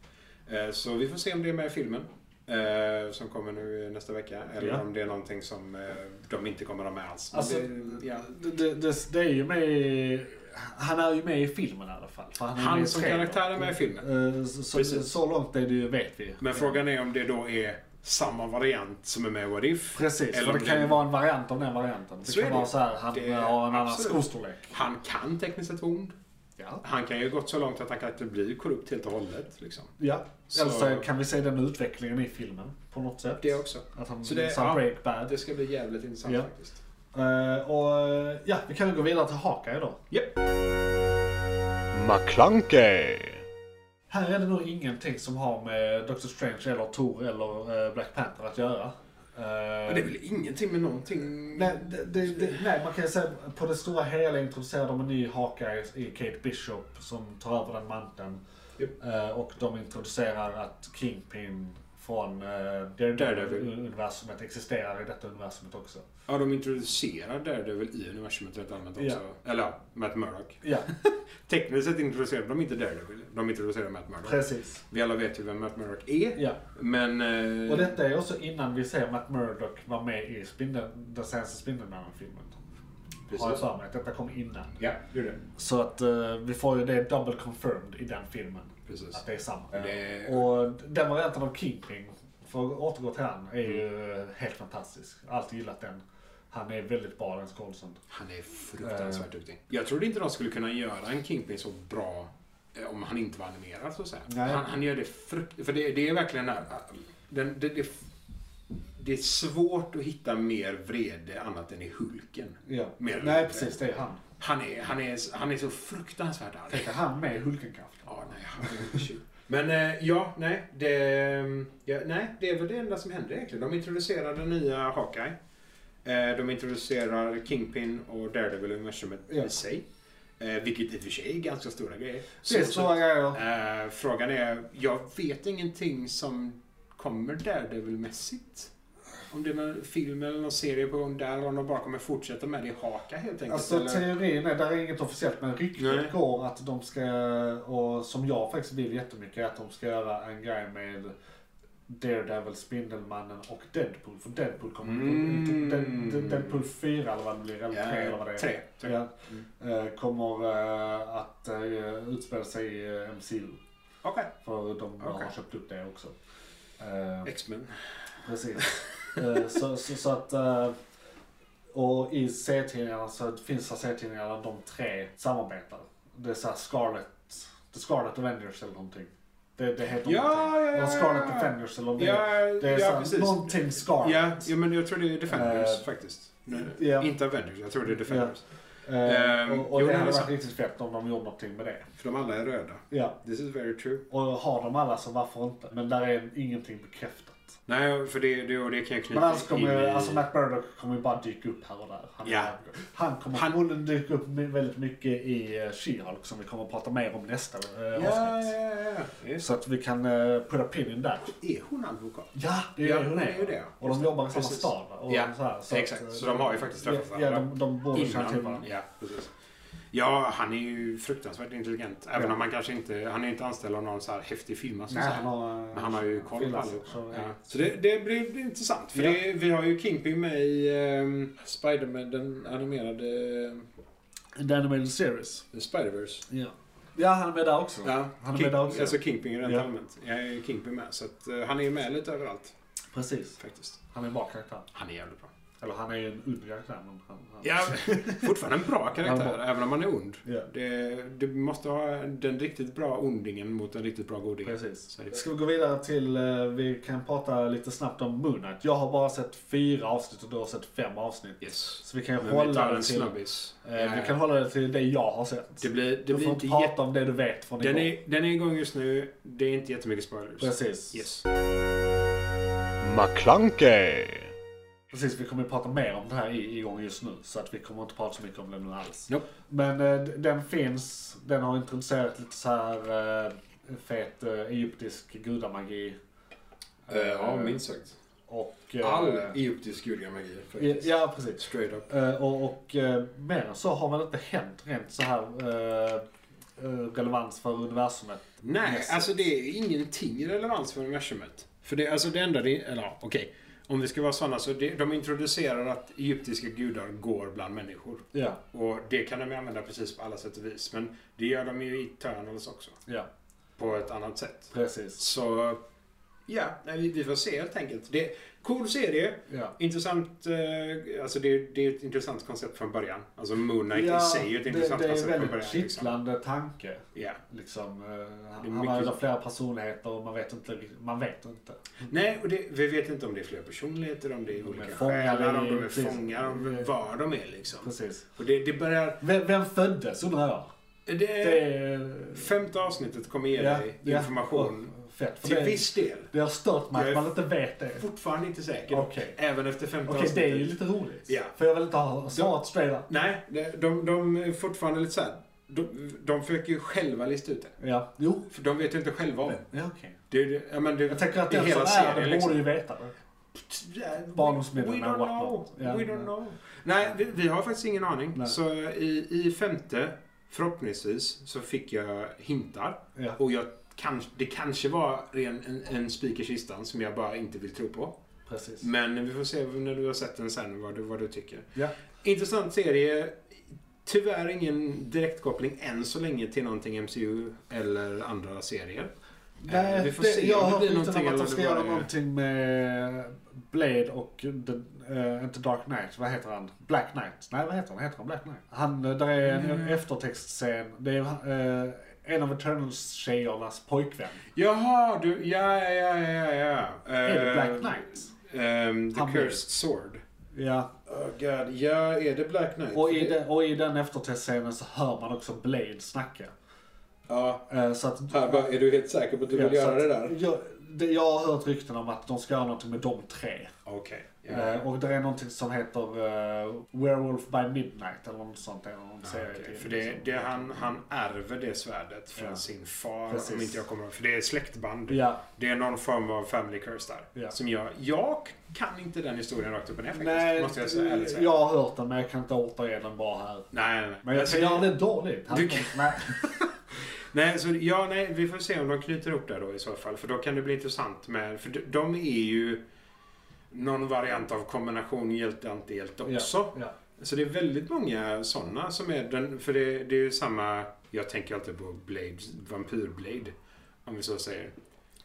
[SPEAKER 3] Eh, Så vi får se om det är med i filmen. eh, Som kommer nu eh, nästa vecka. Eller
[SPEAKER 1] Ja.
[SPEAKER 3] om det är någonting som eh, de inte kommer ha med alls. Men
[SPEAKER 1] Alltså,
[SPEAKER 3] det, ja.
[SPEAKER 1] det, det, det, det är ju med i, Han är ju med i filmen i alla fall. För han är
[SPEAKER 3] Han
[SPEAKER 1] med i
[SPEAKER 3] som
[SPEAKER 1] trailern.
[SPEAKER 3] karaktär är med i filmen.
[SPEAKER 1] Eh, Så, så,
[SPEAKER 3] Precis.
[SPEAKER 1] så långt är det ju, vet vi.
[SPEAKER 3] Men frågan är om det då är samma variant som är med i What If.
[SPEAKER 1] Precis,
[SPEAKER 3] Eller
[SPEAKER 1] för
[SPEAKER 3] om
[SPEAKER 1] det kan
[SPEAKER 3] det-
[SPEAKER 1] ju vara en variant av den varianten. Det
[SPEAKER 3] Så är
[SPEAKER 1] kan
[SPEAKER 3] det
[SPEAKER 1] vara
[SPEAKER 3] ju.
[SPEAKER 1] så här, han
[SPEAKER 3] Det-
[SPEAKER 1] har en annan
[SPEAKER 3] absolut.
[SPEAKER 1] skostorlek.
[SPEAKER 3] Han kan tekniskt sett vara ond.
[SPEAKER 1] Ja.
[SPEAKER 3] Han kan ju gått så långt att han kanske blir korrupt helt och hållet. Liksom.
[SPEAKER 1] ja.
[SPEAKER 3] Så-
[SPEAKER 1] Eller så kan vi se den utvecklingen i filmen på något sätt.
[SPEAKER 3] Det också.
[SPEAKER 1] Att han
[SPEAKER 3] Så
[SPEAKER 1] så
[SPEAKER 3] det-
[SPEAKER 1] det,
[SPEAKER 3] ja.
[SPEAKER 1] break bad.
[SPEAKER 3] Det ska bli jävligt intressant
[SPEAKER 1] Ja.
[SPEAKER 3] faktiskt.
[SPEAKER 1] Eh, och eh, ja, vi kan ju gå vidare till Hawkeye då.
[SPEAKER 4] McClunkey.
[SPEAKER 1] Här är det nog ingenting som har med Doctor Strange eller Thor eller eh, Black Panther att göra. Eh,
[SPEAKER 3] Men det är väl ingenting med någonting?
[SPEAKER 1] Nej, det, det, det, nej, man kan ju säga på det stora hela introducerar de en ny Hawkeye i Kate Bishop som tar över den manteln.
[SPEAKER 3] Japp.
[SPEAKER 1] Eh, och de introducerar att Kingpin från eh,
[SPEAKER 3] Daredevil.
[SPEAKER 1] universumet existerar i detta universumet också.
[SPEAKER 3] Ja, de introducerar Daredevil i universumet rätt allmänt också. Eller ja, Matt Murdock.
[SPEAKER 1] Ja,
[SPEAKER 3] Tekniskt sett introducerar de inte Daredevil. De introducerar Matt Murdock.
[SPEAKER 1] precis.
[SPEAKER 3] Vi alla vet ju vem Matt Murdock är.
[SPEAKER 1] Ja.
[SPEAKER 3] Men... eh,
[SPEAKER 1] Och detta är också innan vi ser Matt Murdock vara med i spindeln, den senaste Spindelmannen-filmen. Har jag
[SPEAKER 3] Precis.
[SPEAKER 1] för mig att detta kom innan.
[SPEAKER 3] Ja, det är det.
[SPEAKER 1] Så att eh, vi får ju det double confirmed i den filmen.
[SPEAKER 3] Precis.
[SPEAKER 1] Att det är samma.
[SPEAKER 3] Det-
[SPEAKER 1] Och den varianten av Kingpin, för att återgå till han, är ju eh, helt fantastisk. Jag har Alltid gillat den. Han är väldigt bra den skådisen.
[SPEAKER 3] Han är fruktansvärt duktig. Eh, Jag trodde inte de skulle kunna göra en Kingpin så bra eh, om han inte var animerad så att säga.
[SPEAKER 1] Nej.
[SPEAKER 3] Han, han gör det frukt... För det, det är verkligen den här... eh, Den, det, det, det är svårt att hitta mer vrede annat än i Hulken.
[SPEAKER 1] Ja.
[SPEAKER 3] Mer
[SPEAKER 1] Nej
[SPEAKER 3] lite.
[SPEAKER 1] precis, det är han.
[SPEAKER 3] Han är, han är, han är så fruktansvärt arg.
[SPEAKER 1] Tänk att han med i Hulkenkraften.
[SPEAKER 3] Ja, nej, han är en tjuv. Men eh, ja, nej det, mm, ja, nej, det är väl det enda som händer egentligen. De introducerar den nya Hawkeye. Eh, de introducerar Kingpin och Daredevil universumet
[SPEAKER 1] Ja.
[SPEAKER 3] i sig. Eh, vilket i och för sig är ganska stora grejer.
[SPEAKER 1] Det är
[SPEAKER 3] Så-
[SPEAKER 1] stora grejer.
[SPEAKER 3] eh, frågan är, jag vet ingenting som kommer Daredevil-mässigt. Om det är någon film eller någon serie på gång där eller om de bara kommer fortsätta med det i Haka helt enkelt.
[SPEAKER 1] Alltså
[SPEAKER 3] eller?
[SPEAKER 1] teorin är, där är inget officiellt men
[SPEAKER 3] Nej.
[SPEAKER 1] ryktet går att de ska, och som jag faktiskt vill jättemycket, att de ska göra en grej med Daredevil, Spindelmannen och Deadpool. För Deadpool kommer
[SPEAKER 3] Mm.
[SPEAKER 1] Den- den- Deadpool 4 eller vad det blir, eller 3 eller vad det är.
[SPEAKER 3] Tre. tre. Mm.
[SPEAKER 1] Ja, eh, kommer eh, att eh, utspela sig i eh, MCU.
[SPEAKER 3] Okej.
[SPEAKER 1] För de
[SPEAKER 3] Okej.
[SPEAKER 1] har köpt upp det också. Eh,
[SPEAKER 3] X-Men.
[SPEAKER 1] Precis. Eh, så, så, så att... eh, Och i serietidningarna så finns det serietidningar där de tre samarbetar. Det är såhär Scarlet, The Scarlet Avengers eller någonting. Det, det heter
[SPEAKER 3] Ja,
[SPEAKER 1] någonting.
[SPEAKER 3] ja, ja,
[SPEAKER 1] Och Scarlet
[SPEAKER 3] ja.
[SPEAKER 1] Defenders eller någonting.
[SPEAKER 3] Ja,
[SPEAKER 1] Det är
[SPEAKER 3] ja
[SPEAKER 1] såhär,
[SPEAKER 3] precis.
[SPEAKER 1] någonting Scarlet.
[SPEAKER 3] Ja, ja, men jag tror det är Defenders
[SPEAKER 1] Eh,
[SPEAKER 3] faktiskt. Nej,
[SPEAKER 1] ja.
[SPEAKER 3] Inte Avengers, jag tror det är Defenders.
[SPEAKER 1] Eh, och och
[SPEAKER 3] jo,
[SPEAKER 1] det
[SPEAKER 3] det är
[SPEAKER 1] hade
[SPEAKER 3] sant.
[SPEAKER 1] varit riktigt fett om de gjorde någonting med det.
[SPEAKER 3] För de alla är röda.
[SPEAKER 1] Ja.
[SPEAKER 3] This is very true.
[SPEAKER 1] Och har de alla så varför inte? Men där är ingenting bekräftat.
[SPEAKER 3] Nej, för det, det, och det kan jag knyta
[SPEAKER 1] Men annars
[SPEAKER 3] in
[SPEAKER 1] kommer
[SPEAKER 3] i...
[SPEAKER 1] ju, alltså Matt Murdock kommer ju bara dyka upp här och där. Han,
[SPEAKER 3] Ja.
[SPEAKER 1] han kommer
[SPEAKER 3] Han-
[SPEAKER 1] förmodligen dyka upp med- väldigt mycket i eh, She-Hulk som vi kommer att prata mer om nästa eh,
[SPEAKER 3] Ja,
[SPEAKER 1] avsnitt.
[SPEAKER 3] ja, ja, ja. Just.
[SPEAKER 1] Så att vi kan uh, put a pin in där.
[SPEAKER 3] Är hon advokat?
[SPEAKER 1] Ja, det är
[SPEAKER 3] Ja,
[SPEAKER 1] ju det hon
[SPEAKER 3] det är ju det.
[SPEAKER 1] är. Och de jobbar i samma
[SPEAKER 3] Precis.
[SPEAKER 1] stad. va? Och
[SPEAKER 3] Ja,
[SPEAKER 1] så här, att,
[SPEAKER 3] exakt.
[SPEAKER 1] eh,
[SPEAKER 3] Så de har ju faktiskt träffat
[SPEAKER 1] Ja,
[SPEAKER 3] varandra.
[SPEAKER 1] de, de borde känna till varandra.
[SPEAKER 3] Ja, precis. Ja, han är ju fruktansvärt intelligent. Även
[SPEAKER 1] Ja.
[SPEAKER 3] om han kanske inte... Han är inte anställd av någon så här häftig filmare.
[SPEAKER 1] Nej, han har,
[SPEAKER 3] Men han har ju koll på
[SPEAKER 1] Finland,
[SPEAKER 3] allihop.
[SPEAKER 1] så- eh,
[SPEAKER 3] Ja. Så det, det blir blir intressant. För
[SPEAKER 1] Ja.
[SPEAKER 3] det, vi har ju Kingpin med i ehm, Spiderman, den animerade
[SPEAKER 1] The Animated Series.
[SPEAKER 3] eh, Spiderverse.
[SPEAKER 1] Ja. Ja, han är med där också.
[SPEAKER 3] Ja,
[SPEAKER 1] han är
[SPEAKER 3] King,
[SPEAKER 1] med där också.
[SPEAKER 3] Alltså Kingpin rent
[SPEAKER 1] Ja.
[SPEAKER 3] allmänt. Jag är Kingpin med. Så att, eh, han är ju med lite överallt
[SPEAKER 1] Precis.
[SPEAKER 3] faktiskt.
[SPEAKER 1] Han är en bra karaktär.
[SPEAKER 3] Han är jävligt bra.
[SPEAKER 1] Eller han är ju en ond karaktär men han... han
[SPEAKER 3] Ja, fortfarande en bra karaktär,
[SPEAKER 1] Ja,
[SPEAKER 3] även om man är ond.
[SPEAKER 1] Ja,
[SPEAKER 3] Det, du måste ha den riktigt bra ondingen mot den riktigt bra godingen.
[SPEAKER 1] precis.
[SPEAKER 3] Så är det-
[SPEAKER 1] Ska vi gå vidare till, eh, vi kan prata lite snabbt om Moon Knight. Jag har bara sett fyra avsnitt och du har sett fem avsnitt.
[SPEAKER 3] Yes.
[SPEAKER 1] Så vi kan
[SPEAKER 3] Men vi
[SPEAKER 1] hålla
[SPEAKER 3] tar
[SPEAKER 1] det
[SPEAKER 3] en
[SPEAKER 1] till...
[SPEAKER 3] snabbis.
[SPEAKER 1] Eh, Vi kan hålla det till det jag har sett.
[SPEAKER 3] Det blir, det
[SPEAKER 1] du
[SPEAKER 3] blir
[SPEAKER 1] får
[SPEAKER 3] inte
[SPEAKER 1] prata
[SPEAKER 3] jätte...
[SPEAKER 1] om det du vet från
[SPEAKER 3] Den
[SPEAKER 1] igår.
[SPEAKER 3] är, den är igång just nu. Det är inte jättemycket spoilers.
[SPEAKER 1] Precis.
[SPEAKER 3] Yes.
[SPEAKER 5] Eh,
[SPEAKER 4] McClunkey.
[SPEAKER 1] Precis, vi kommer ju prata mer om det här i- igång just nu. Så att vi kommer inte prata så mycket om det nu alls.
[SPEAKER 3] Nope.
[SPEAKER 1] Men eh, d- den finns, den har introducerat lite så här eh, fet eh, egyptisk gudamagi.
[SPEAKER 5] Eh, ja, minst sagt.
[SPEAKER 1] Och... eh,
[SPEAKER 5] All egyptisk gudgamagi
[SPEAKER 1] ja,
[SPEAKER 5] faktiskt.
[SPEAKER 1] ja, precis.
[SPEAKER 5] Straight up.
[SPEAKER 1] Eh, och och eh, mer än så har väl inte hänt rent så här eh, eh, relevans för universumet.
[SPEAKER 3] Nej,
[SPEAKER 1] Yes.
[SPEAKER 3] alltså det är ingenting relevans för universumet. För det, alltså det enda det, eller ja, okej. Om vi ska vara sådana så det, de introducerar att egyptiska gudar går bland människor.
[SPEAKER 1] Ja,
[SPEAKER 3] Och det kan de ju använda precis på alla sätt och vis. Men det gör de ju i Eternals också.
[SPEAKER 1] ja,
[SPEAKER 3] På ett annat sätt.
[SPEAKER 1] precis.
[SPEAKER 3] Så ja, nej, vi, vi får se helt enkelt. Det, cool serie.
[SPEAKER 1] Ja.
[SPEAKER 3] Intressant, eh, alltså det, är- det är ett intressant koncept från början. Alltså Moon Knight i sig är ju ett
[SPEAKER 1] det,
[SPEAKER 3] intressant
[SPEAKER 1] det är
[SPEAKER 3] koncept från
[SPEAKER 1] en
[SPEAKER 3] början.
[SPEAKER 1] väldigt
[SPEAKER 3] liksom.
[SPEAKER 1] kittlande tanke.
[SPEAKER 3] Ja.
[SPEAKER 1] Liksom, eh, han
[SPEAKER 3] Det är
[SPEAKER 1] han har ju
[SPEAKER 3] mycket-
[SPEAKER 1] då flera personligheter och man vet inte. riktigt- Man vet inte.
[SPEAKER 3] Nej, och det, vi vet inte om det är fler personligheter, om det
[SPEAKER 1] De
[SPEAKER 3] är
[SPEAKER 1] är
[SPEAKER 3] olika
[SPEAKER 1] fångade
[SPEAKER 3] själar, om
[SPEAKER 1] i-
[SPEAKER 3] de är
[SPEAKER 1] precis. Mm.
[SPEAKER 3] fångar, om var de är liksom.
[SPEAKER 1] Precis.
[SPEAKER 3] Och det, det börjar...
[SPEAKER 1] Vem, vem föddes undrar
[SPEAKER 3] Eh,
[SPEAKER 1] jag?
[SPEAKER 3] Det,
[SPEAKER 1] Det är...
[SPEAKER 3] femte avsnittet kommer ge
[SPEAKER 1] ja,
[SPEAKER 3] dig
[SPEAKER 1] ja.
[SPEAKER 3] information.
[SPEAKER 1] Och- Fett. För
[SPEAKER 3] Till
[SPEAKER 1] det,
[SPEAKER 3] viss del.
[SPEAKER 1] det har stört mig
[SPEAKER 3] Jag
[SPEAKER 1] att
[SPEAKER 3] är-
[SPEAKER 1] man inte vet det.
[SPEAKER 3] Fortfarande inte säker.
[SPEAKER 1] Okej.
[SPEAKER 3] Även efter femte
[SPEAKER 1] Okej, det
[SPEAKER 3] avsnittet.
[SPEAKER 1] är ju lite roligt.
[SPEAKER 3] Ja.
[SPEAKER 1] För jag vill inte ha svaret straight up.
[SPEAKER 3] Nej, de, de, de är fortfarande lite såhär. De, de försöker ju själva lista ut det.
[SPEAKER 1] Ja, jo.
[SPEAKER 3] För de vet ju inte själva om.
[SPEAKER 1] Ja, okej.
[SPEAKER 3] Det, är- ja, men det,
[SPEAKER 1] Jag tänker att
[SPEAKER 3] det är liksom.
[SPEAKER 1] den som är det borde ju veta det. Barndomsminnen
[SPEAKER 3] We
[SPEAKER 1] eller
[SPEAKER 3] don't know.
[SPEAKER 1] whatnot. Ja,
[SPEAKER 3] We
[SPEAKER 1] ja.
[SPEAKER 3] don't know. Nej, vi, vi har faktiskt ingen aning.
[SPEAKER 1] Nej.
[SPEAKER 3] Så i, i femte, förhoppningsvis, så fick jag hintar.
[SPEAKER 1] Ja.
[SPEAKER 3] Och jag kanske- det kanske var ren, en, en spik i kistan som jag bara inte vill tro på.
[SPEAKER 1] Precis.
[SPEAKER 3] Men vi får se när du har sett den sen vad du, vad du tycker.
[SPEAKER 1] Ja.
[SPEAKER 3] Intressant serie. Tyvärr ingen direktkoppling än så länge till någonting MCU eller andra serier. Eh, vi får se om
[SPEAKER 1] jag
[SPEAKER 3] det
[SPEAKER 1] har
[SPEAKER 3] blir
[SPEAKER 1] hört rykten om
[SPEAKER 3] någonting
[SPEAKER 1] att
[SPEAKER 3] eller
[SPEAKER 1] de
[SPEAKER 3] om
[SPEAKER 1] ska
[SPEAKER 3] det
[SPEAKER 1] göra
[SPEAKER 3] bara är-
[SPEAKER 1] någonting med Blade och, the, eh, inte Dark Knight, vad heter han? Black Knight? Nej, vad heter han? Heter han Black Knight? Han, eh, där är en
[SPEAKER 3] Mm.
[SPEAKER 1] eftertextscen. Det är eh, en av Eternals-tjejernas pojkvän.
[SPEAKER 3] Jaha, du. Ja, ja, ja, ja. ja.
[SPEAKER 1] är det
[SPEAKER 3] Eh,
[SPEAKER 1] Black Knight?
[SPEAKER 3] ehm, the
[SPEAKER 1] Han blir-
[SPEAKER 3] Cursed Sword.
[SPEAKER 1] Ja,
[SPEAKER 5] Oh god, ja är det Black Knight?
[SPEAKER 1] och i,
[SPEAKER 5] Det-
[SPEAKER 1] den, och i den eftertextscenen så hör man också Blade snacka.
[SPEAKER 5] Ja,
[SPEAKER 1] Eh, så att...
[SPEAKER 5] här bara, är du helt säker på att du vill
[SPEAKER 1] ja, så
[SPEAKER 5] göra
[SPEAKER 1] att
[SPEAKER 5] det där?
[SPEAKER 1] Jag, det, jag har hört rykten om att de ska göra någonting med de tre.
[SPEAKER 3] Okej.
[SPEAKER 1] Eh, och det är någonting som heter eh, Werewolf by Midnight eller något sånt. Eller någon
[SPEAKER 3] Ja,
[SPEAKER 1] serie
[SPEAKER 3] Ah, okej.
[SPEAKER 1] till.
[SPEAKER 3] För det, det han, han ärver det svärdet från
[SPEAKER 1] Ja.
[SPEAKER 3] sin far.
[SPEAKER 1] Precis.
[SPEAKER 3] Om inte jag kommer För det är släktband.
[SPEAKER 1] Ja,
[SPEAKER 3] Det är någon form av family curse där.
[SPEAKER 1] Ja.
[SPEAKER 3] Som jag, jag kan inte den historien rakt upp och ner faktiskt.
[SPEAKER 1] nej,
[SPEAKER 3] måste jag säga, ärligt säga.
[SPEAKER 1] jag har hört den men jag kan inte återge den bara här.
[SPEAKER 3] Nej, nej, nej.
[SPEAKER 1] Men jag
[SPEAKER 3] Alltså,
[SPEAKER 1] ska göra det dåligt.
[SPEAKER 3] Du kan-
[SPEAKER 1] Nej.
[SPEAKER 3] Nej, så, ja, nej, vi får se om de knyter ihop det då i så fall. För då kan det bli intressant med... För de, de är ju någon variant av kombination hjälte-antihjälte också.
[SPEAKER 1] Ja, ja.
[SPEAKER 3] Så det är väldigt många sådana som är den. För det, det är ju samma... Jag tänker alltid på Blade, Vampyrblade. Om vi så säger.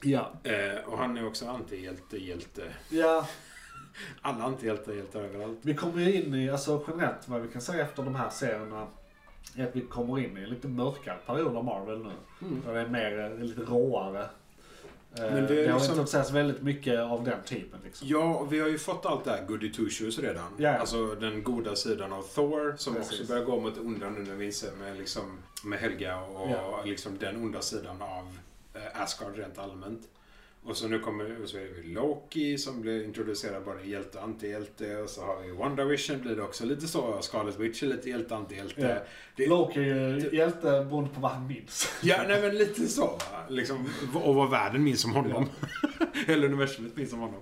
[SPEAKER 1] Ja.
[SPEAKER 3] Eh, och han är också antihjälte, hjälte.
[SPEAKER 1] ja,
[SPEAKER 3] Alla antihjältar, hjältar överallt.
[SPEAKER 1] vi kommer ju in i, alltså generellt vad vi kan säga efter de här serierna är att vi kommer in i en lite mörkare period av Marvel nu. Där det är mer, eh, lite råare. Eh,
[SPEAKER 3] Men det är
[SPEAKER 1] det har
[SPEAKER 3] liksom-
[SPEAKER 1] introducerats väldigt mycket av den typen liksom.
[SPEAKER 3] Ja, och vi har ju fått allt det här goody two shoes redan.
[SPEAKER 1] Ja.
[SPEAKER 3] Alltså den goda sidan av Thor som
[SPEAKER 1] Precis.
[SPEAKER 3] också börjar gå mot onda nu när vi ser med, liksom, med Helga och
[SPEAKER 1] Ja.
[SPEAKER 3] liksom den onda sidan av eh, Asgard rent allmänt. Och så nu kommer och så är det Loki som blir introducerad både hjälte och antihjälte. Och så har vi WandaVision blir det också lite så. Scarlet Witch är lite hjälte antihjälte.
[SPEAKER 1] Ja.
[SPEAKER 3] Det-
[SPEAKER 1] Loki är ju hjälte beroende på vad han minns.
[SPEAKER 3] Ja, nej men lite så. va. Liksom, och vad världen minns om honom. Eller universumet minns om honom.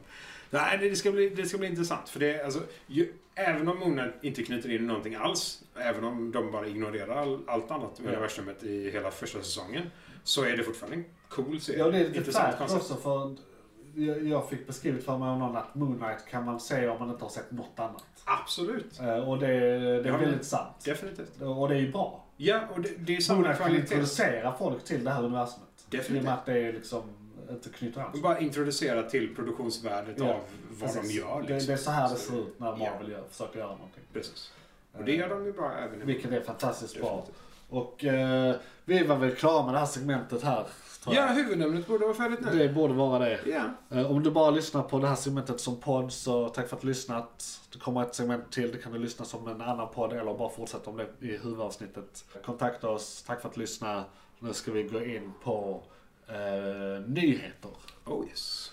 [SPEAKER 3] Nej, det ska bli, det ska bli intressant. För det, är, alltså, ju, även om Moon inte knyter in någonting alls, även om de bara ignorerar all, allt annat med
[SPEAKER 1] Ja.
[SPEAKER 3] universumet i hela första säsongen, så är det fortfarande en cool serie.
[SPEAKER 1] Ja, det är lite
[SPEAKER 3] Intressant
[SPEAKER 1] fräckt också för jag, jag fick beskrivet för mig av någon att Moon Knight kan man se om man inte har sett något annat.
[SPEAKER 3] Absolut.
[SPEAKER 1] Eh, Och det, det är
[SPEAKER 3] Ja, men-
[SPEAKER 1] väldigt sant.
[SPEAKER 3] Definitivt.
[SPEAKER 1] Och det är ju bra.
[SPEAKER 3] Ja, och det, det är
[SPEAKER 1] Moon
[SPEAKER 3] samma
[SPEAKER 1] Knight kan
[SPEAKER 3] kvalitet.
[SPEAKER 1] introducera folk till det här universumet.
[SPEAKER 3] Definitivt.
[SPEAKER 1] I och med att det är liksom eh, inte knyter an.
[SPEAKER 3] Och Bara introducera till produktionsvärdet
[SPEAKER 1] Ja,
[SPEAKER 3] av vad
[SPEAKER 1] Precis.
[SPEAKER 3] de gör.
[SPEAKER 1] det,
[SPEAKER 3] Liksom.
[SPEAKER 1] det är så här det ser ut när
[SPEAKER 3] Ja.
[SPEAKER 1] Marvel gör, försöker göra någonting.
[SPEAKER 3] Precis. Och det gör de ju bra även i
[SPEAKER 1] Vilket är fantastiskt bra.
[SPEAKER 3] Definitivt.
[SPEAKER 1] Och eh, vi var väl klara med det här segmentet här. Tror
[SPEAKER 3] Ja,
[SPEAKER 1] jag.
[SPEAKER 3] huvudnämnet borde vara färdigt nu.
[SPEAKER 1] Det borde vara det.
[SPEAKER 3] Ja.
[SPEAKER 1] Eh, Om du bara lyssnar på det här segmentet som podd så tack för att du lyssnat. Det kommer ett segment till, det kan du lyssna som en annan podd eller bara fortsätta om det i huvudavsnittet. Kontakta oss, tack för att du lyssnade. Nu ska vi gå in på eh, nyheter.
[SPEAKER 3] Oh yes.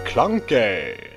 [SPEAKER 3] McClunkey.